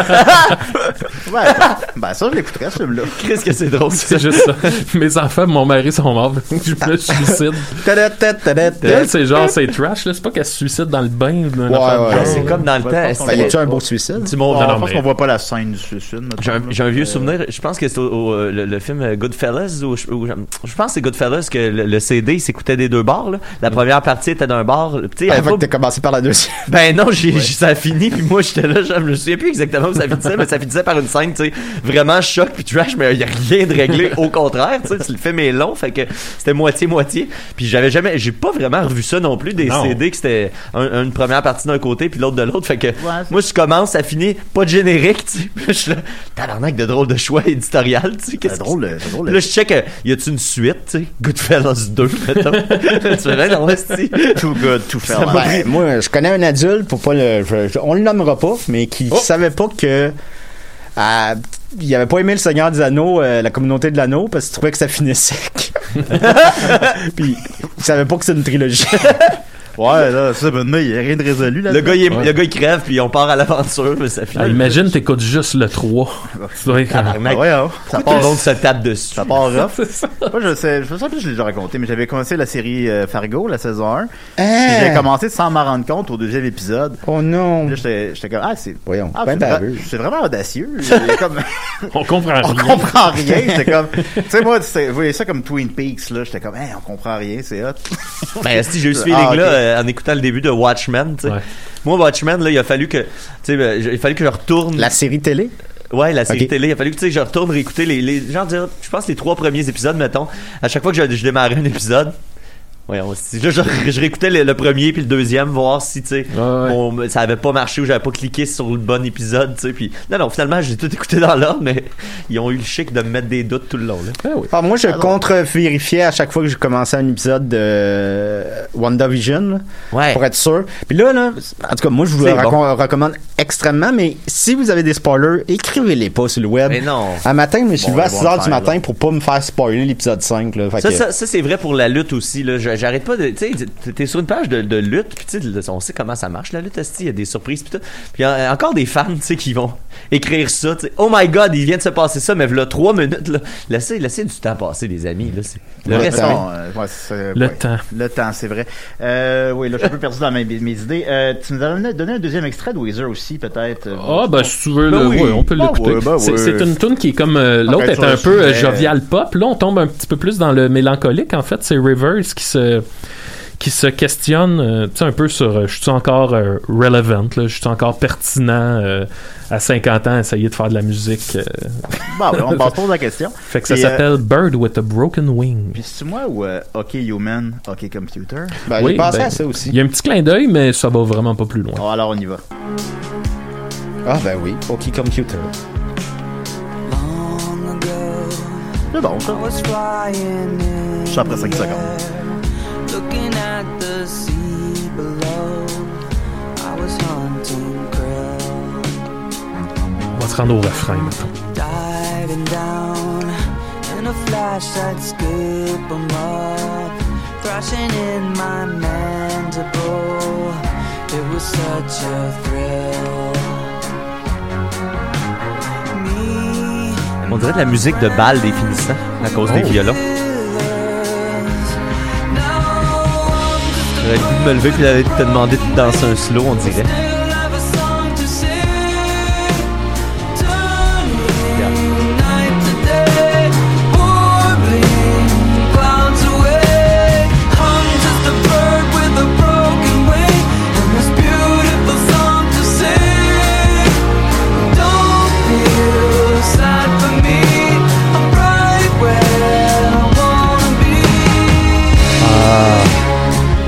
Ouais, ben, ben ça, je l'écouterais, ce film-là. Ah, Qu'est-ce que c'est drôle? c'est juste ça. Mes enfants, mon mari sont morts. Je me suicide. Tadat, tadat, tadat. Elle, c'est genre, c'est trash, là. C'est pas qu'elle se suicide dans le bain. d'un affaire de ouais. genre. Ah, C'est comme dans le Ben, temps. je pense Ben, y c'est- a-tu un beau suicide? Tu montes- Bon, non, Ah, je pense mais- qu'on voit pas la scène du ce film. J'ai un, mettons, j'ai un vieux là. euh, souvenir, je pense que c'est au, au- euh, le, le film euh, Goodfellas, ou, je- ou, je pense que c'est Goodfellas que le, le CD il s'écoutait des deux bars. là. La première partie était d'un bar. là. Tu sais, il y Ah, avait fait que pas- t'as commencé par la deuxième. ben non, j'ai, j'ai- ça a fini, puis moi j'étais là, je me souviens plus exactement où ça finissait, mais ça finissait par une scène, tu sais, vraiment choc puis trash, mais il n'y a rien de réglé, au contraire, tu sais, le film est long, fait que c'était moitié-moitié, puis j'avais jamais, j'ai pas vraiment revu ça non plus, des Non. CD que c'était un- une première partie d'un côté puis l'autre de l'autre, fait que c'est- moi je commence, ça finit, pas de générique, tu sais, puis je suis là, tabarnak de drôle de choix éditorial, tu sais, qu'est-ce C'est drôle, c'est drôle. Puis là, je check, euh, y a-tu une suite, tu sais? Goodfellas 2, mettons. tu fais, ben non, esti. Too good, too fair. Ça m'a Ben, moi, je connais un adulte, pour pas le, je- je- on le nommera pas, mais qui Oh. savait pas que. euh, il avait pas aimé le Seigneur des Anneaux, euh, la communauté de l'anneau, parce qu'il trouvait que ça finissait sec. Puis, il savait pas que c'est une trilogie. Ouais, là, ça, ben, il n'y a rien de résolu là Le gars, il est- le gars, il crève, puis on part à l'aventure, mais ça finit. Ah, Ah, Imagine, t'écoutes juste le 3. Tu dois être comme- Tabarnak. Ouais, hein. Ça Pourquoi part l'autre se tape dessus. Ça part rough. Moi, je sais, je sais plus si je l'ai déjà raconté, mais j'avais commencé la série euh, Fargo, la saison 1. Hein? Puis J'avais commencé sans m'en rendre compte au deuxième épisode. Oh non. Puis Là, j'étais j'étais comme, ah, c'est. Voyons, ah, ben c'est baveux. vra- c'est vraiment audacieux. J'ai comme, On comprend on rien. comprend rien. J'étais comme, tu sais, moi, c'est- vous voyez ça comme Twin Peaks, là. J'étais comme, hey, on comprend rien, c'est hot. Ben, si j'ai eu ce Ah, feeling-là ok. euh, en écoutant le début de Watchmen, tu sais. Ouais. Moi, Watchmen, là, il a fallu que, tu sais, ben, j- il a fallu que je retourne. La série télé? Ouais, la série Ok. télé. Il a fallu que tu sais, je retourne réécouter les, les genre, dire, je pense les trois premiers épisodes, mettons. À chaque fois que je, je démarrais un épisode, voyons, si là, je, je réécoutais le, le premier puis le deuxième, voir si tu sais, Ouais, ouais. mon- ça avait pas marché ou j'avais pas cliqué sur le bon épisode, tu sais. Puis non, non, finalement, j'ai tout écouté dans l'ordre, mais ils ont eu le chic de me mettre des doutes tout le long. Là. Ah oui. Ah, moi, je contre-vérifiais à chaque fois que je commençais un épisode de euh, WandaVision, là, Ouais. pour être sûr. Puis là, là, en tout cas, moi, je vous le C'est bon. racon- recommande extrêmement, mais si vous avez des spoilers, écrivez-les pas sur le web. Mais non. Un matin, je me suis Bon, levé à bon 6h du faire, matin pour pas me faire spoiler l'épisode 5. Là, fait Ça, que- ça, ça, c'est vrai pour la lutte aussi. Là. Je- J'arrête pas de. Tu sais, t'es sur une page de, de lutte, puis tu sais, on sait comment ça marche la lutte, esti, il y a des surprises, puis tout. Puis en- encore des euh, fans, tu sais, qui vont. écrire ça. tu sais. Oh my god, il vient de se passer ça, mais voilà trois minutes. Là. Laissez, laissez du temps passer, les amis. Là, c'est- le respect. temps, euh, ouais, c'est- Le ouais. temps. Le temps, c'est vrai. Euh, oui, là, je suis un peu perdu dans mes, mes idées. Euh, tu nous as donné un deuxième extrait de Weezer aussi, peut-être. Euh, Ah, ben, si tu veux, Ben là, oui. ouais, on peut Ben l'écouter. ouais, ben Ah, C'est- ouais. C'est une tune qui est comme. euh, En L'autre fait, est sur un le peu euh, sujet. jovial pop. Là, on tombe un petit peu plus dans le mélancolique. En fait, c'est Rivers qui se qui se questionne euh, tu sais, un peu sur euh, je suis encore euh, relevant là? je suis encore pertinent euh, à 50 ans essayer de faire de la musique euh. Bon, ouais, on passe pose la question. fait que ça Et, euh, s'appelle Bird with a Broken Wing Puis c'est moi ou euh, OK Human, OK Computer? Oui, ben, il y a un petit clin d'œil mais ça va vraiment pas plus loin Oh, alors on y va Ah ben oui, OK Computer. C'est bon, ça. Je suis après 5 secondes. Looking at the sea below, I was hunting krill, on va se rendre au refrain maintenant diving down in a flash that scoop 'em up, thrashing in my mandible. It was such a thrill. On dirait de la musique de bal des finissants à cause des Oh. violons. J'aurais le goût de me lever et de te demander de danser un slow, on dirait.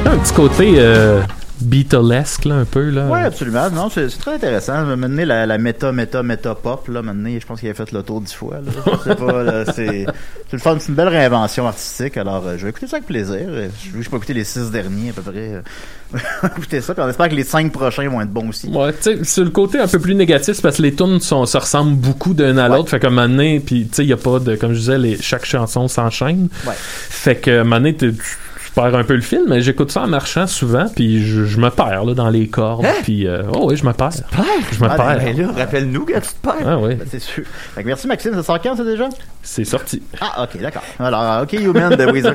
un petit côté euh, Beatlesque là, un peu là Ouais, absolument. Non, c'est c'est très intéressant. Maintenant, la, la méta, méta, méta pop, là, maintenant, je pense qu'il a fait le tour dix fois. là. Je sais pas, là, c'est c'est le fun, c'est une belle réinvention artistique. Alors, euh, je vais écouter ça avec plaisir. Euh, Je je peux écouter les six derniers à peu près. euh. Je vais écouter ça, puis on espère que les cinq prochains vont être bons aussi. Ouais, tu sais, sur le côté un peu plus négatif, c'est parce que les tunes sont, se ressemblent beaucoup d'un à l'autre. Fait qu'à un moment donné, puis tu sais, il y a pas de. Comme je disais, les, chaque chanson s'enchaîne. Ouais. Fait que à un moment donné, t'es- tu, tu perds un peu le fil, mais j'écoute ça en marchant souvent, puis je, je me perds là, dans les cordes. Hein? Puis, euh, oh oui, je me perds. Je me Ah, perds. ben, ben là, rappelle-nous que tu te Ah oui. Ben, c'est sûr. Fait que merci Maxime, ça sort quand ça déjà? C'est sorti. Ah ok d'accord. Alors ok Human de Weezer.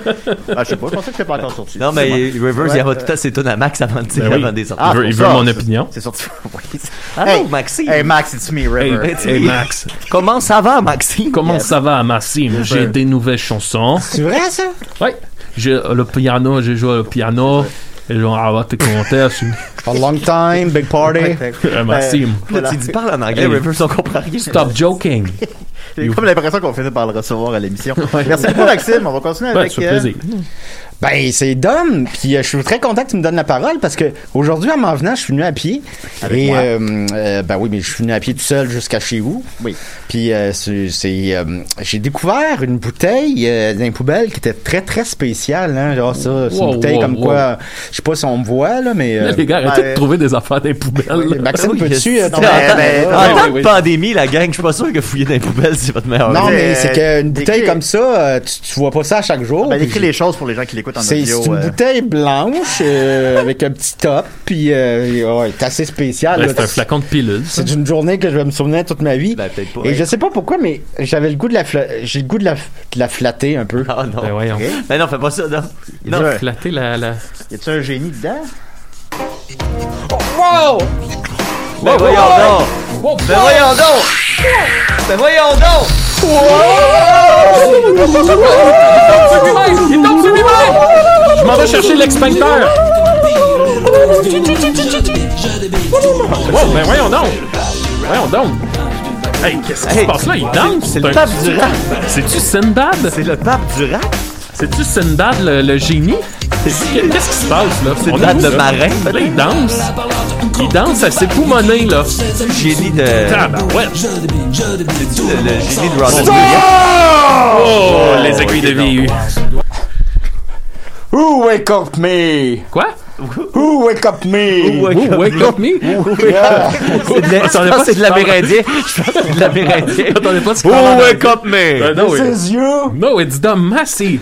Ah, je sais pas, je pensais que c'était pas encore sorti. Non, mais Excusez-moi. Rivers, il Ouais, y aura euh, tout à ses tunes à Max avant de dire Ben oui. avant des sorties. Ah, il veut, pour il veut ça, mon c'est- opinion. C'est sorti. Oui. Allô, Maxime. Hey Max, it's me, Hey, River. hey, Max, Comment ça va, Maxime? comment Yes. Eh ben. ça va, Maxime? J'ai des nouvelles chansons. C'est vrai ça? Ouais. J'ai le piano, j'ai joué au piano. Et je vais avoir tes commentaires sur A long time, big party. Euh, Maxime. voilà. Tu dis parle en anglais, Hey. Rivers, on comprend rien. Stop joking. J'ai comme l'impression qu'on finit par le recevoir à l'émission. Merci beaucoup, Maxime. On va continuer Ouais, avec. ça fait euh, plaisir. Ben c'est Dom, puis euh, je suis très content que tu me donnes la parole parce que aujourd'hui en m'en venant, je suis venu à pied. Avec et moi. euh, euh, ben oui, mais je suis venu à pied tout seul jusqu'à chez vous. Oui. Puis euh, c'est, c'est, euh, j'ai découvert une bouteille euh, d'un poubelle qui était très très spéciale. Hein, genre ça, c'est Wow, une bouteille wow, comme wow. quoi, euh, je sais pas si on me voit là, mais euh, Là, les gars, arrêtez ben, de trouver des affaires dans les poubelles. là. Maxime, oui, peux-tu yes. euh, Non, t'en- mais- mais- En temps oui, de oui. pandémie, la gang, je suis pas sûr que fouiller dans les poubelles, c'est votre meilleur. Non, Mais, mais euh, c'est qu'une bouteille décris- comme ça, euh, tu, tu vois pas ça à chaque jour. Ben, puis écris les choses pour les gens qui l'écoutent en C'est audio. c'est une euh. bouteille blanche euh, avec un petit top, puis euh, ouais, c'est assez spécial. Ouais, là. c'est un flacon de pilule. ça. C'est une journée que je vais me souvenir toute ma vie. Ben, peut-être pas. Et je sais pas pourquoi, mais j'avais le goût de la fla- j'ai le goût de la, de la flatter un peu. Ah non. Ben voyons. Ben non, fais pas ça, non. Y a-tu Non. un- Flatter la, la... y a-tu un génie dedans? Oh, Ben voyons donc! Ben voyons donc! Ben voyons donc! Je m'en vais chercher l'extincteur! Wow, ben voyons donc! Voyons donc! Hey, qu'est-ce qui Hey, se passe là? Il danse! C'est le un- pape du rap! C'est-tu Sinbad? C'est le pape du rap! C'est-tu Sinbad, le, le génie? Qu'est-ce qui se passe, là? On Sinbad est où, le là? marin, Là, il danse! Il danse à ses poumonnés, là! Génie de. Tabarouette! C'est-tu le, le génie de Robin Oh, les aiguilles de vie! Who wake up me? Quoi? Who wake up me? Who wake up me? Williams? Attendez pas, C'est de l'amérindien! Je pense que c'est de l'amérindien! Attendez pas, Ben, c'est Who wake up me? No, it- This is you. no, it's the Massey.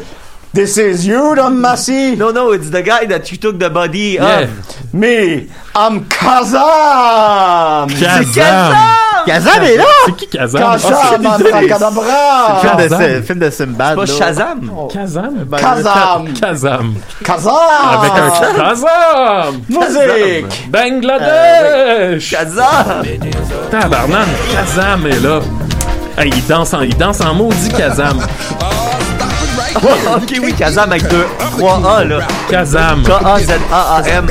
This is you, Don Massey. No, no, it's the guy that you took the Ah. body Yeah. Ah, of. Me, I'm Kazam. Kazam! Kazam est là! C'est qui Kazam? Kazam, Ah, c'est- Abracadabra! C'est C'est le film de Kazam. Sim- film de Simbad. C'est pas là. Shazam? Kazam? Ben, Kazam. Kazam. Ah. Kazam! Avec un Kazam! Musique! Bangladesh! Kazam! Tabarnan, Kazam est là. Hey, il danse en, il danse en maudit Kazam. ok, oui, Kazam avec deux, trois A, là. Kazam. K-A-Z-A-A-M.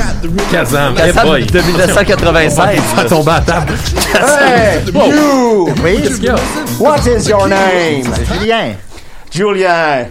Kazam. Hey Kazam boy. de 1996. Ça tombe à table. Hey, Wow. you! Oui, Qu'est-ce qu'il y a? What is your name? Julien! Julien,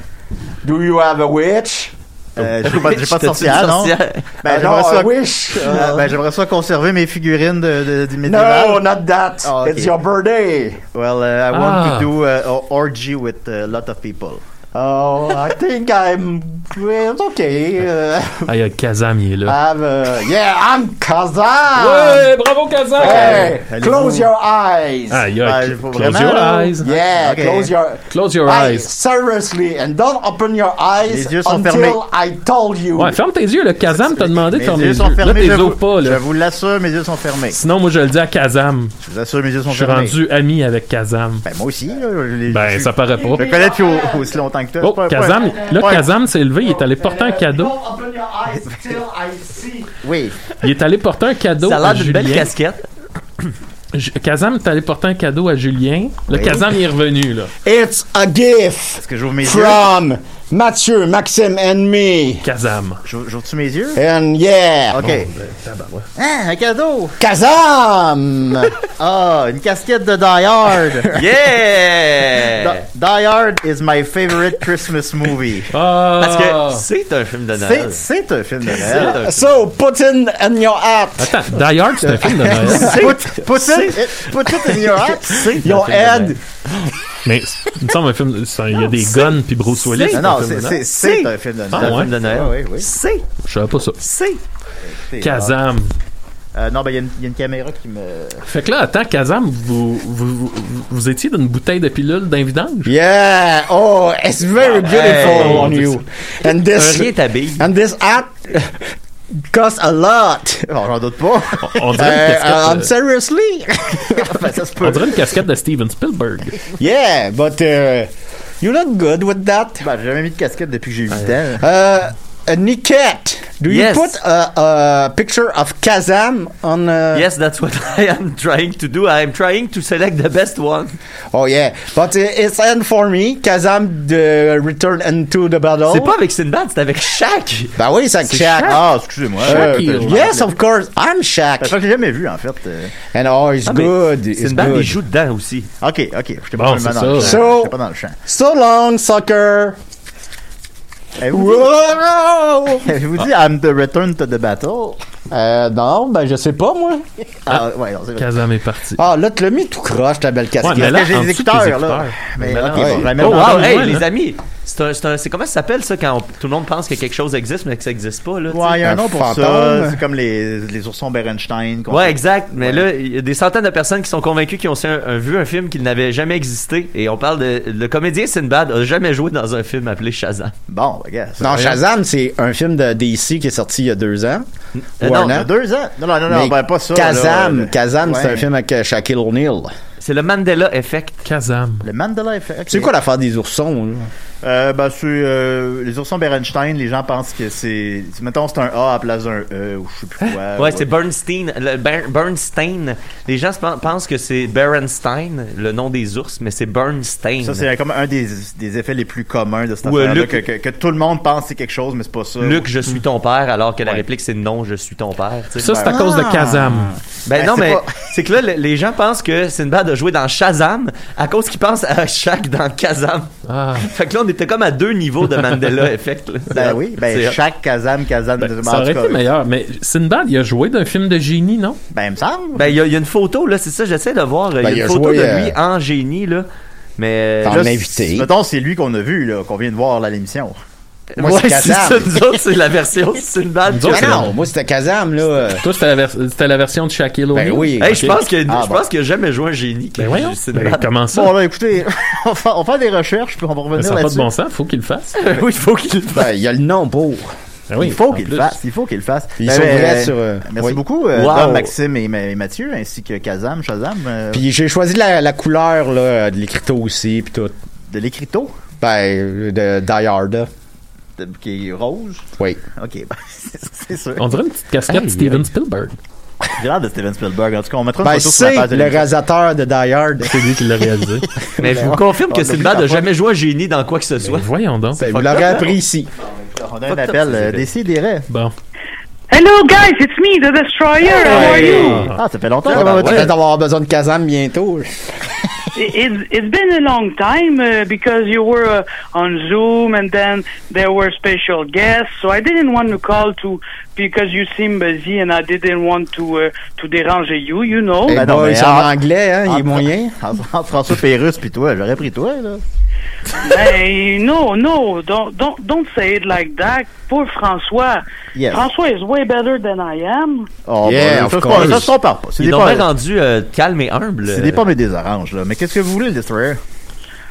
do you have a witch? Oh. Euh, j'ai pas, j'ai pas T'as-tu de sorcière, une non? sorcière? Ben, no, j'aimerais a ça, oh, wish. euh, uh, ben, j'aimerais ça conserver mes figurines de, de, du médiéval. no, not that. Oh, okay. It's your birthday. Well, uh, Ah. I want to do uh, a orgy with a lot of people. Oh, I think I'm well, it's okay. Uh, Hey, euh, Kazam, il est là. I'm uh, yeah, I'm Kazan. Ouais, bravo Kazam! Hey, Allez-vous. close your eyes. Ah, il y a- Ah, il faut close vraiment, your là. eyes. yeah, okay. close your. Close your Hey, eyes. seriously, and don't open your eyes Les yeux sont fermés. until I told you. Ouais, ferme tes yeux, le Kazam t'a demandé de Mes fermer yeux sont Là, fermés, t'es je au vous, pas, je là. vous l'assure, mes yeux sont fermés. Sinon, moi, je le dis à Kazam. Je vous assure, mes yeux sont Je suis fermés. rendu ami avec Kazam. Ben, moi aussi, là, je l'ai- Ben, je- ça paraît pas. Je le connais depuis au- aussi longtemps que toi. Oh, C'est pas- pas- Kazam, là, pas- Kazam s'est levé, il est allé porter un cadeau. Don't open your eyes till I see. Oui. Il est allé porter un cadeau Ça a à l'air d'une belle Julien. casquette. Ju- Kazam est allé porter un cadeau à Julien. Le Kazam il est revenu, là. It's a gift Est-ce que j'ouvre mes yeux? from Mathieu, Maxime, and me. Kazam. J'ou- J'ouvre-tu mes yeux? And yeah, Ok. Hein, un cadeau! Kazam. Ah, une casquette de Die Hard! Yeah! Die Die Hard is my favorite Christmas movie. Ah! Parce que c'est un film de Noël. C'est- C'est un film de Noël. so put in in your hat Attends, Die Hard, c'est un film de Noël. Put, put, it, put it in your hat. your head. Mais il me semble un film. c'est un- Il y a des guns puis Bruce Willis. c'est Non, un non, film de c'est- Noël. c'est c'est un film de Noël. Ah, ouais. film de Noël. Oui, oui. C'est, Je savais pas ça. c'est. C'est- Kazam. Euh, non, ben, il y, a une- il y a une caméra qui me. Fait que là, attends, Kazam, vous, vous, vous, vous étiez d'une bouteille de pilule d'un vidange? Yeah. Oh, it's very beautiful Hey. on you. And Un this rien t'habille. and this hat costs a lot. Oh, j'en doute pas. On dirait Euh, une casquette. Uh, um, de- seriously? Ben, ça se peut. on dirait une casquette de Steven Spielberg. yeah, but uh, you look good with that. Ben, j'ai jamais mis de casquette depuis que j'ai 8 ans. Uh, a Niket, do Yes. you put a, a picture of Kazam on? Euh. Uh, Yes, that's what I am trying to do. I am trying to select the best one. Oh yeah, but uh, it's end for me. Kazam the return into the battle. C'est pas avec Sinbad, c'est avec Shaq. Bah oui, ça Shaq. Ah, excusez-moi. Uh, Euh, je- yes, of course, I'm Je Shaq, crois que j'ai jamais vu, en fait. Euh, and oh, it's Ah, mais good. It's Sinbad, il good. joue dedans aussi. Ok, ok. J'étais Bon, pas c'est vraiment dans le ça. champ. So- J'étais pas dans le champ. So long, Oh, sucker. Avez-vous Wow. dit, avez-vous dit I'm the return to the battle? Euh, non, ben je sais pas moi. Ah, ouais, non, c'est vrai. Kazam est parti. Ah là, tu l'as mis tout croche ta belle casquette. mais là, Parce que en j'ai des dessous de tes écouteurs, là. écouteurs. Mais Ben ok, là, bon, je la mets Oh, dans wow, le- hey, ouais, les hein. amis. C'est un, c'est un, c'est comment ça s'appelle ça quand on- tout le monde pense que quelque chose existe mais que ça existe pas là. tu sais? Ouais, il y a un Un nom pour fantôme. ça. C'est comme les, les oursons Berenstein. qu'on- Ouais, exact. Mais là, il y a des centaines de personnes qui sont convaincues qu'ils ont aussi un- un- vu un film qui n'avait jamais existé. Et on parle de. Le comédien Sinbad a jamais joué dans un film appelé Shazam. Bon, regarde. ça- Non, Shazam, c'est un film de DC qui est sorti il y a deux ans. Euh, Ou non, un Il y an. a deux ans. Non, non, non, non Mais ben, pas ça. là, Kazam, le- Kazam, c'est Ouais. un film avec euh, Shaquille O'Neal. C'est le Mandela Effect. Kazam. Le Mandela Effect. ok. C'est quoi l'affaire des oursons? là? Euh, ben, c'est euh, les oursons Berenstein, les gens pensent que c'est. Mettons, c'est un A à la place d'un E ou je sais plus quoi. Ouais, c'est Bernstein. le Ber- Bernstein. Les gens se pen- pensent que c'est Bernstein, le nom des ours, mais c'est Bernstein. Ça, c'est comme un des, des effets les plus communs de cette Ou, euh, affaire-là, Luc- que, que- que tout le monde pense que c'est quelque chose, mais c'est pas ça. Luc, je suis ton père, alors que la Ouais. réplique c'est non, je suis ton père. tu sais. Ça, c'est à Ah. cause de Kazam. ben, ben, non, c'est mais pas- c'est que là, le- les gens pensent que Sinbad a joué dans Shazam à cause qu'ils pensent à Shaq dans Kazam. Ah. Fait que là, on était comme à deux niveaux de Mandela Effect. là. Ben oui, ben C'est- Ben, chaque Kazam, Kazam, en Ça aurait tout cas, été meilleur, mais Sinbad, il a joué d'un film de génie, non? Ben, il me semble. Ben, il y, a- il y a une photo, là, c'est ça, j'essaie de voir. Ben, Il y a il une a photo joué, de euh, lui en génie, là. Mais. Dans Là, en c'est- invité. Mettons, c'est lui qu'on a vu, là, qu'on vient de voir là, à l'émission. moi, ouais, c'est c'est ça, Kazam. nous autres, c'est la version Sinbad. Nous autres, Ah non, moi c'était Kazam, là. Toi, c'était la, vers- c'était la version de Shaquille O'Neal. Ben oui. Hey, je pense qu'il Ah, je pense qu'il a jamais joué un génie. Ben voyons. Ben, Sinbad. comment ça? Ben, Bon, là, écoutez, on va on va faire des recherches, puis on va ça revenir n'a pas de là-dessus. bon sens, faut qu'il le fasse. oui, il faut qu'il. Ben, il y a le nom pour. oui, il faut qu'il le fasse. Il faut qu'il le fasse. Puis ils Ben, sont ben, vrais euh, sur, euh, merci oui. beaucoup, euh, Wow. Dom, Maxime et, Ma- et Mathieu, ainsi que Kazam, Shazam. euh, Puis j'ai choisi la, la couleur là, de l'écriteau aussi, puis tout. De l'écriteau? Ben, de Die Hard. de- qui est rouge. Oui. OK, ben, c'est c'est sûr. On dirait une petite casquette Hey, Steven euh, hey. Spielberg. J'ai l'air de Steven Spielberg. En tout cas, on mettra une Ben, photo sur la c'est page de le l'émission. réalisateur de Die Hard. C'est lui qui l'a réalisé. Mais je vous confirme que Sinbad n'a jamais joué à génie dans quoi que ce soit. voyons donc. Ben, Vous l'aurez appris ici. On a un appel euh, d'essai des raies. Bon. Hello guys, it's me, the Destroyer. How are you? Ah, ça fait longtemps. On va tabarouette. peut-être avoir besoin de Kazam bientôt. It- It's it's been a long time uh, because you were uh, on Zoom and then there were special guests. So I didn't want to call to because you seem busy and I didn't want to uh, to déranger you. You know. Ben non, mais c'est en entre- anglais, hein, il est entre- moyen. entre- Entre ben, François Pérusse puis toi, j'aurais pris toi, là. Hey, no, no, don't, don't, don't say it like that. Poor François. Yes. François is way better than I am. Oh, Yeah, ben, of ça, se course. parle- ça se compare pas. C'est Ils des l'ont bien pommes- rendu euh, calme et humble. C'est des pommes et des oranges, là. Mais qu'est-ce que vous voulez, le Destroyer?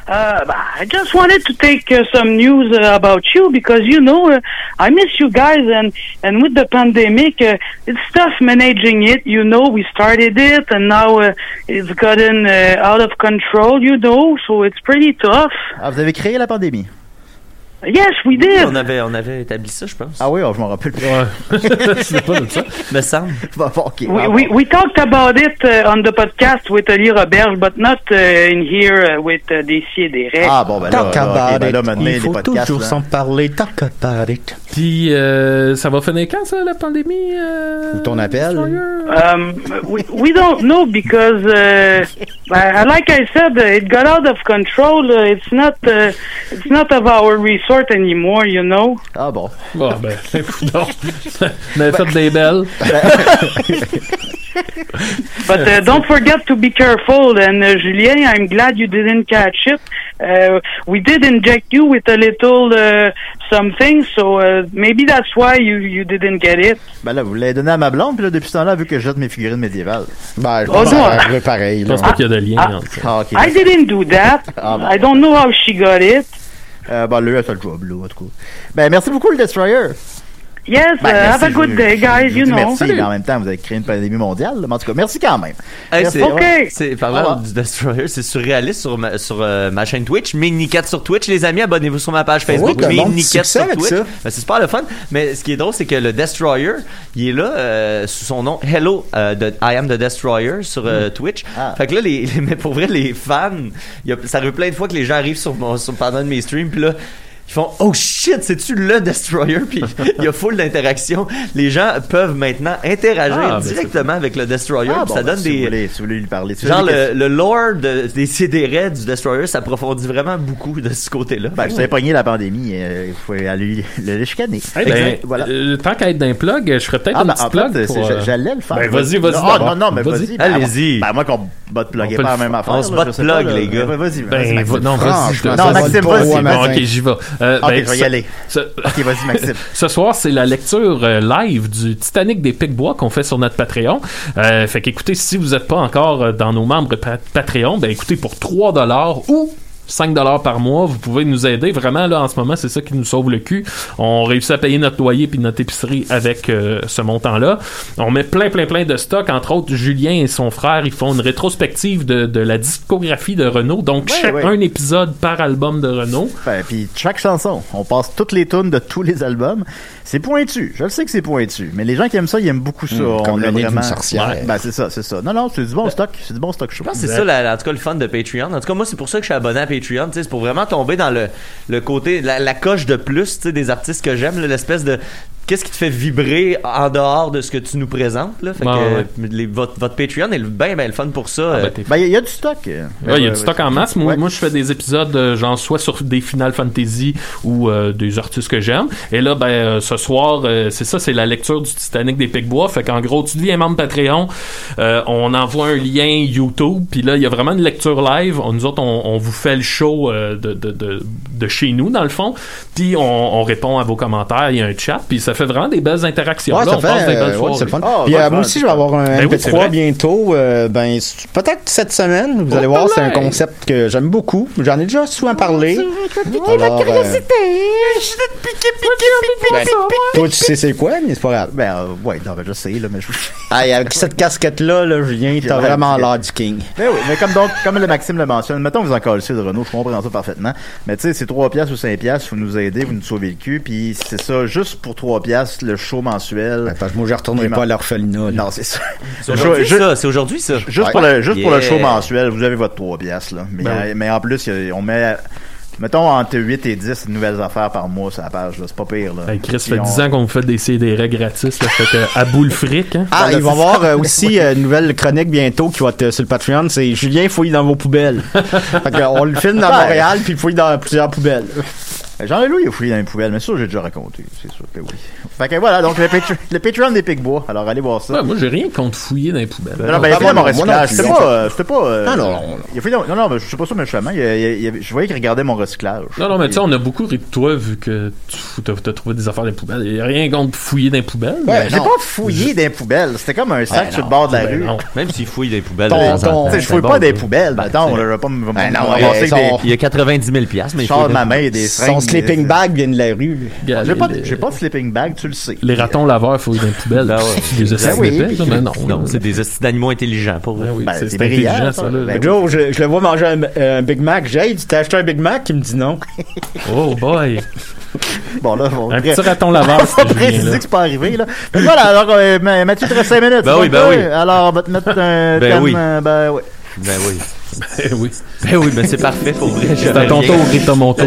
Uh, but I just wanted to take uh, some news uh, about you because you know uh, I miss you guys and and with the pandemic uh, it's tough managing it. You know we started it and now uh, it's gotten uh, out of control. You know so it's pretty tough. Ah, vous avez créé la pandémie. Yes, we did. On avait, on avait établi ça, je pense. Ah oui, oh, je m'en rappelle plus. c'est pas ça. Me semble. We, we, we talked about it uh, on the podcast with Elie Roberge, but not uh, in here uh, with uh, Desi et Derek. Ah, bon, ben là, Talk là, ok, about ben là, it. maintenant, Il les faut podcasts, toujours là. s'en parler. Talk about it. Puis, euh, ça va finir quand, ça, la pandémie? euh? Ton Ben, appel. Um, we, we don't know because, uh, I- I- like I said, uh, it got out of control. Uh, it's not uh, it's not of our resort anymore, you know. Ah bon. Bon, ben, non. On avait fait des belles. Ben, But uh, don't forget to be careful. And uh, Julien, I'm glad you didn't catch it. Uh, we did inject you with a little uh, something, so uh, maybe that's why you you didn't get it. Ben là, vous l'avez donné à ma blonde, puis là, depuis ce temps-là, vu que je jette mes figurines médiévales. Ben, Oh, pense non. que ça c'est pareil. Je pense pas qu'il y a de lien. entre ça. Ah, ok. I didn't do that. Ah, bon. I don't know how she got it. Euh, ben, lui, elle fait le job, là, en tout cas. Ben, merci beaucoup, le Destroyer. Yes, Ben, uh, have a merci, good je- day, je- guys. je You dis know. Merci, mais en même temps, vous avez créé une pandémie mondiale, là. Mais en tout cas, merci quand même. Hey, Merci. c'est, Ah, Ouais. c'est, Au parlant revoir. du Destroyer, c'est surréaliste sur ma, sur, euh, ma chaîne Twitch. Minicat sur Twitch, les amis, abonnez-vous sur ma Ah page Facebook. Oui, t'as bon petit Minicat succès sur avec Twitch. ça. Ben, c'est super le fun. Mais ce qui est drôle, c'est que le Destroyer, il est là euh, sous son nom Hello euh, de I am the Destroyer sur euh, Twitch. Ah. Fait que là, les, les- mais pour vrai, les fans, il y a- ça arrive plein de fois que les gens arrivent sur, mon, sur pendant de mes streams, puis là. Ils font Oh shit, c'est-tu le Destroyer? Puis il y a full d'interactions. Les gens peuvent maintenant interagir Ah, ben, c'est directement avec le Destroyer. Ah, puis bon, ça ben, donne si des. Vous voulez, si vous voulez lui parler. si vous Genre, avez des le, le lore de- des CDR du Destroyer s'approfondit vraiment beaucoup de ce côté-là. Ben, je savais pogné la pandémie, euh, il faut aller le, le chicaner. Eh ben, Exact. voilà. euh, tant qu'à être d'un plug, je ferais peut-être Ah, un ben, petit en plug. fait, pour, c'est- euh, j'allais le faire. Ben, vas-y, vas-y. Ah, d'abord. non, non, mais vas-y. Ben, Allez-y. Ben, moi, qu'on botte On plugger peut pas le la même faire. affaire. On se là, botte je sais plug, pas, là. les gars. Ben, Vas-y, Ben, vas-y. va- non, vas-y. je te Franchement, laisse. Non, Maxime, Bon, vas-y, bon, vas-y. Ok, j'y vais. Euh, Ok, Ah, ben, je vais y ce- aller. ce- Ok, vas-y, Maxime. Ce soir, c'est la lecture euh, live du Titanic des Pic-Bois qu'on fait sur notre Patreon. Euh, fait qu'écoutez, si vous n'êtes pas encore euh, dans nos membres pa- Patreon, ben écoutez, pour 3 dollars ou 5 dollars par mois, vous pouvez nous aider. Vraiment, là, en ce moment, c'est ça qui nous sauve le cul. On réussit à payer notre loyer puis notre épicerie avec euh, ce montant-là. On met plein, plein, plein de stocks. Entre autres, Julien et son frère, ils font une rétrospective de, de la discographie de Renault. Donc, Ouais, chaque ouais. un épisode par album de Renault. Ben, puis chaque chanson, on passe toutes les tunes de tous les albums. C'est pointu. Je le sais que c'est pointu, mais les gens qui aiment ça, ils aiment Hmm, beaucoup ça. Mmh, on comme a le nez d'une vraiment... sorcière. Ouais, Ben, c'est ça, c'est ça. Non, non, c'est du bon Ben- stock. C'est du bon stock Ben, chaud. Je pense que c'est ça, la- en tout cas, le fun de Patreon. En tout cas, moi, c'est pour ça que je suis abonné à Patreon. tu sais, C'est pour vraiment tomber dans le, le côté, la, la coche de plus tu sais, des artistes que j'aime, là, l'espèce de. Qu'est-ce qui te fait vibrer en dehors de ce que tu nous présentes? Là? Fait Ouais, que, ouais. euh, les- votre, votre Patreon est bien, bien le fun pour ça. euh, ben, t'es Ben, il y, a- il y a du stock. Ben Ouais, il y a du stock en masse. Moi, moi, je fais des épisodes, euh, genre, soit sur des Final Fantasy ou euh, des artistes que j'aime. Et là, ben, euh, ce soir, euh, c'est ça, c'est la lecture du Titanic des Pic-Bois. Fait qu'en gros, tu deviens membre Patreon, euh, on envoie un lien YouTube, puis là, il y a vraiment une lecture live. On, nous autres, on, on vous fait le show euh, de, de, de, de chez nous, dans le fond. Puis on, on répond à vos commentaires, il y a un chat, puis ça fait fait vraiment des belles interactions. Ouais, Là, ça on fait, passe des euh, belles ouais, soirées. c'est le fun. Puis euh, moi aussi, je vais avoir un Ben oui, c'est MP3 vrai. bientôt. euh, ben, s- peut-être cette semaine. Vous allez voir, c'est un concept que j'aime beaucoup. J'en ai déjà souvent parlé. Alors, euh, Je vais te piquer, piquer, ben, piquer, toi, tu sais c'est quoi, mais c'est pas grave. Ben, euh, ouais, non, je sais, là, mais je. avec cette casquette-là, là, Julien, t'as Ouais, vraiment c'est- l'air du king. Mais Ben oui, mais comme donc, comme le Maxime le mentionne, mettons que vous en calissez de Renault, je comprends ça parfaitement. Mais tu sais, c'est 3 piastres ou 5 piastres, vous nous aidez, vous nous sauvez le cul, puis c'est ça, juste pour 3 piastres, le show mensuel. moi, je retournerai pas à l'orphelinat. Non, c'est ça. C'est aujourd'hui, Ju- ju- ça. C'est aujourd'hui, ça. Juste, Ouais. pour, le, juste pour le Yeah. show mensuel, vous avez votre 3 piastres, là. Mais, Ben oui. mais en plus, y a- on met, mettons, entre 8 et 10 nouvelles affaires par mois sur la page, là. C'est pas pire, là. Hey, Chris, ça Puis fait on- 10 ans qu'on vous fait des CDR gratis, là, fait que à bout le fric. Hein? Ah, il va y avoir euh, aussi euh, une nouvelle chronique bientôt qui va être euh, sur le Patreon. C'est Julien fouille dans vos poubelles. fait que, on le filme dans Ouais. Montréal, puis il fouille dans plusieurs poubelles. Jean-Leloup, il Eh, a fouillé dans les poubelles, mais ça, j'ai déjà raconté. C'est sûr que oui. Fait que voilà, donc le, Patreon- le Patreon des Picbois. Alors, allez voir ça. Ouais, moi, j'ai rien contre fouiller dans les poubelles. Bah Non, non, ben, il a fouillé dans mon recyclage. C'était pas. euh, C'était pas. euh, Ah, Non, non, non. Il a fouillé dans- non, non, ben, je sais pas ça, mais justement, il a- il a- il a- je voyais qu'il regardait mon recyclage. Non, non, mais tu sais, on a beaucoup ri de toi vu que tu fous- t'as t'as trouvé des affaires dans les poubelles. Il n'y a rien contre fouiller dans les poubelles. Ouais, j'ai pas fouillé des poubelles. C'était comme un sac Ben sur le non, bord de la ben rue. non. Même s'il fouille des poubelles. Ton- Ben de temps en temps, ton- tu sais, je c'est fouille bon, pas ça. des poubelles, ben, attends, tu sais. on leur a pas- on va Ben pas non, ramasser euh, avec son- des- Il y a 90 000 piastres, mais il Charles, fouille ma main et des Son seringues, sleeping des- bag vient de la rue. J'ai pas, de- j'ai pas de sleeping bag, tu le sais. Les ratons laveurs fouillent dans les poubelles. Tu les Ben hosties oui. d'épais, ça? Ben non. Non, c'est des hosties d'animaux intelligents, pour vrai. Ben, c'est c'est brillant, intelligent, ça, ça, là. Ben L'autre jour, je, je le vois manger un, un Big Mac. J'ai dit, t'as acheté un Big Mac? Il me dit non. oh boy! Bon, là, on Un petit raton laveur, On c'était Julien, préciser là. que c'est pas arrivé, là. Mais voilà, alors, euh, Ma- Mathieu, tu restes 5 minutes. Ben oui, Donc, ben oui. euh, Alors, on va te mettre un Ben thème, oui. euh, Ben oui. Ben oui. Ben oui. Ben oui, ben c'est parfait pour vrai. C'est à ton J'avais rien. tour, Rita Monto.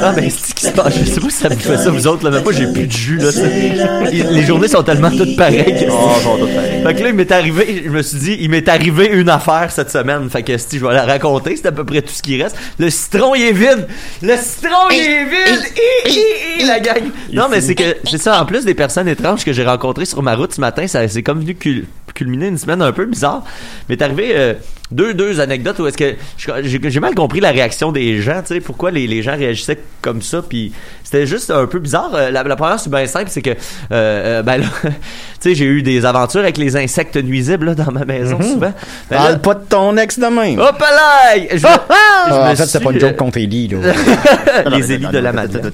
Ah ben c'est qui se passe? Je sais pas si ça vous fait ça vous autres là, mais moi j'ai plus de jus là. C'est- Les journées sont tellement toutes pareilles. Oh, sont toutes pareilles. Fait que là il m'est arrivé, je me suis dit, il m'est arrivé une affaire cette semaine. Fait que si je vais la raconter, c'est à peu près tout ce qui reste. Le citron il est vide. Le citron Eh, il est vide. Hi, hi, hi, la gang. Non mais c'est que c'est ça. En plus des personnes étranges que j'ai rencontrées sur ma route ce matin, ça c'est comme venu cul- culminer une semaine un peu bizarre. Mais t'es arrivé euh, deux deux anecdotes où est-ce que je- j'ai j'ai mal compris la réaction des gens. Tu sais pourquoi les, les gens réagissaient comme ça. Puis c'était juste un peu bizarre. Euh, La, la première c'est bien simple, c'est que euh, euh, ben là, tu sais j'ai eu des aventures avec les insectes nuisibles là, dans ma maison Mhm. souvent. Ben là, Parle pas de ton ex demain. Hop là! Je me- je Ah, en me fait, suis, c'est pas une euh, joke contre Ellie, là. les élites de la Madeleine.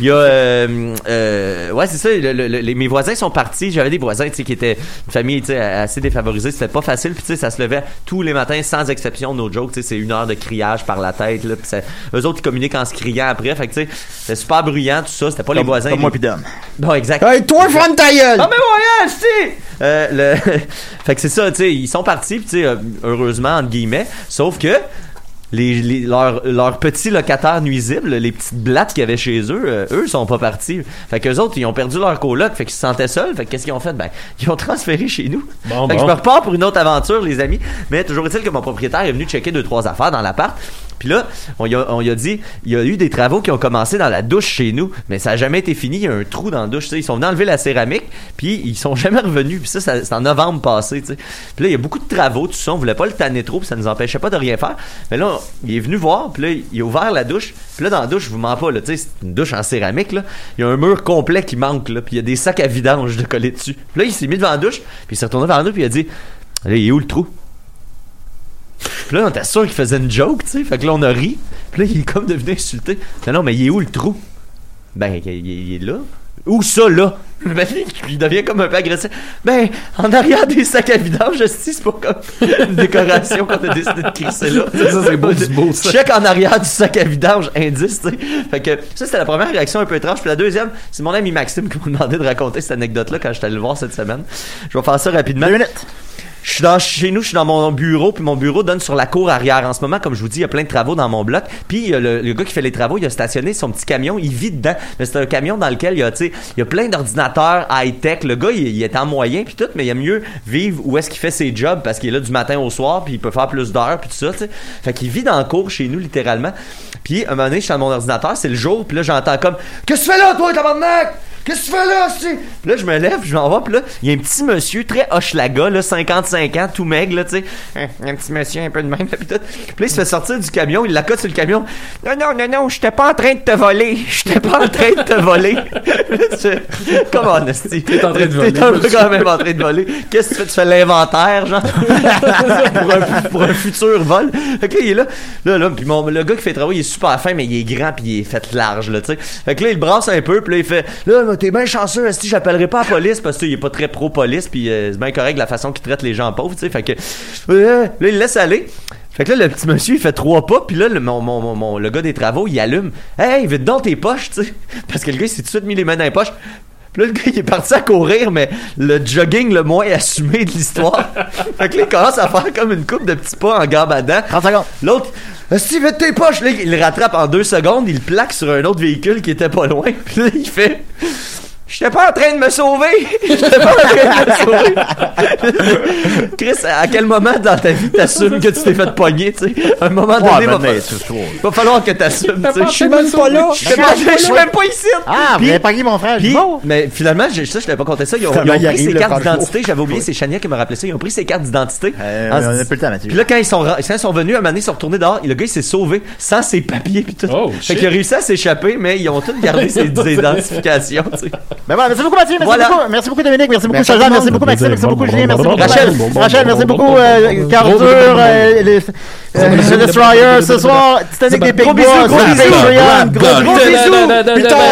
Il y a. euh, euh, ouais, c'est ça. le- le- le- les- mes voisins sont partis. J'avais des voisins tu sais, qui étaient une famille tu sais, assez défavorisée. C'était pas facile. Puis, tu sais, ça se levait tous les matins, sans exception, no joke. tu sais, C'est une heure de criage par la tête. Là, puis ça- eux autres, ils communiquent en se criant après. Fait que, tu sais, c'était super bruyant, tout ça. C'était pas les Comme- voisins. comme moi les- puis Dom. Non, exact. Hey, toi, ferme ta gueule! Ah, mais voyage, tu sais! Euh, le... fait que c'est ça, tu sais, ils sont partis, puis tu sais, euh, heureusement, entre guillemets, sauf que les, les- leurs, leurs petits locataires nuisibles, les petites blattes qu'il y avait chez eux, euh, eux sont pas partis. Fait qu'eux autres, ils ont perdu leur coloc, fait qu'ils se sentaient seuls, fait que qu'est-ce qu'ils ont fait? Ben, ils ont transféré chez nous. Bon, fait que bon. je me repars pour une autre aventure, les amis, mais toujours est-il que mon propriétaire est venu checker deux, trois affaires dans l'appart. Puis là, on y, a, on y a dit, il y a eu des travaux qui ont commencé dans la douche chez nous, mais ça n'a jamais été fini. Il y a un trou dans la douche. tu sais. Ils sont venus enlever la céramique, puis ils sont jamais revenus. Puis ça, ça- c'est en novembre passé. tu sais. Puis là, il y a beaucoup de travaux, tout ça. On voulait pas le tanner trop, puis ça nous empêchait pas de rien faire. Mais là, on- il est venu voir, puis là, il a ouvert la douche. Puis là, dans la douche, je vous mens pas, là, tu sais, c'est une douche en céramique. Là. Il y a un mur complet qui manque, là, puis il y a des sacs à vidange de coller dessus. Puis là, il s'est mis devant la douche, puis il s'est retourné vers nous, puis il a dit Là, il est où le trou puis là, on était sûr qu'il faisait une joke, tu sais. Fait que là, on a ri. Puis là, il est comme devenu insulté. Non, non, mais il est où le trou? Ben, il, il- il est là. Où ça, là? Ben, il devient comme un peu agressif. Ben, en arrière des sacs à vidange, je sais, c'est pour comme une décoration qu'on a décidé de crisser là. C'est ça, c'est beau, c'est beau, ça. Check en arrière du sac à vidange, indice, tu sais. Fait que ça, c'était la première réaction un peu étrange. Puis la deuxième, c'est mon ami Maxime qui m'a demandé de raconter cette anecdote-là quand j'étais allé le voir cette semaine. Je vais faire ça rapidement. Je suis dans, chez nous, je suis dans mon bureau, puis mon bureau donne sur la cour arrière. En ce moment, comme je vous dis, il y a plein de travaux dans mon bloc. Puis il y a le, le gars qui fait les travaux, il a stationné son petit camion, il vit dedans. Mais c'est un camion dans lequel il y a, tu sais, il y a plein d'ordinateurs high-tech. Le gars, il, il est en moyen, puis tout, mais il aime mieux vivre où est-ce qu'il fait ses jobs, parce qu'il est là du matin au soir, puis il peut faire plus d'heures, puis tout ça, tu sais. Fait qu'il vit dans la cour chez nous, littéralement. Puis à un moment donné, je suis dans mon ordinateur, c'est le jour, puis là, j'entends comme « Qu'est-ce que tu fais là, toi, tabarnak? » Qu'est-ce que tu fais là, c'est? Puis là, je me lève, puis je m'en vais, puis là, il y a un petit monsieur très hochelaga, là, 55 ans, tout maigre, là, tu sais. Un, un petit monsieur un peu de même, là, puis tout. Puis là, il se fait sortir du camion, il l'accote sur le camion. Non, non, non, non, j'étais pas en train de te voler. J'étais pas en train de te voler. Comment, Nasty? T'es en train de voler, T'es un peu monsieur. quand même en train de voler. Qu'est-ce que tu fais? Tu fais l'inventaire, genre? pour, un, pour un futur vol. Fait que là, il est là. Là, là, puis mon, le gars qui fait le travail, il est super fin, mais il est grand, puis il est fait large, là, tu sais. Fait que là, il brasse un peu, puis là, il fait Là, mais t'es bien chanceux, si j'appellerai pas la police, parce que tu sais, il est pas très pro-police, puis euh, c'est bien correct la façon qu'il traite les gens pauvres, tu sais. Fait que euh, là, il laisse aller. Fait que là, le petit monsieur, il fait trois pas, puis là, le, mon, mon, mon- mon- le gars des travaux, il allume. Hey, vite dans tes poches, tu sais. Parce que le gars, il s'est tout de suite mis les mains dans les poches. Puis là, le gars, il est parti à courir, mais le jogging le moins assumé de l'histoire. fait que là, il commence à faire comme une coupe de petits pas en gambadant. 30 secondes. L'autre, si vite tes poches, là, il le rattrape en deux secondes, il le plaque sur un autre véhicule qui était pas loin. Puis là, il fait. J'étais pas en train de me sauver! J'étais pas en train de me sauver! Chris, à quel moment dans ta vie t'assumes que tu t'es fait pogner, tu sais? À un moment donné, Ouais, ben, va, mais fa- c'est sûr. va falloir que t'assumes, tu sais. Je suis même pas là. Je suis même- je suis même pas ici. Ah, vous Puis- avez pogné mon frère. Puis, mais finalement, je, ça, je t'avais pas compté ça. Ils ont, Comment ils ont il pris arrive, ses là, cartes franchement? d'identité. J'avais oublié, c'est Chania qui m'a rappelé ça. Ils ont pris ses cartes d'identité. Euh, en se on a dis- plus le temps, Mathieu. Puis là, quand ils sont, ra- quand ils sont venus, à un moment donné, ils sont retournés dehors. et Le gars, il s'est sauvé sans ses papiers. Puis tout. fait shit. qu'il a réussi à s'échapper, mais ils ont tous gardé ses, ses identifications. tu sais. Ben voilà, merci beaucoup Mathieu, merci Voilà. beaucoup, merci beaucoup Dominique, merci beaucoup Merci à Chazan, tout le merci monde. beaucoup Maxime, merci Plaisir. beaucoup Julien, Bon, merci bon, beaucoup bon, Rachel, bon, bon, Rachel, bon, merci bon, beaucoup euh, Cardur, euh, les- euh, le Destroyer ce soir, Titanic des Pays Gros bisous, Bois, gros sur bisous. Patreon, gros Gros bisous, bisous. putain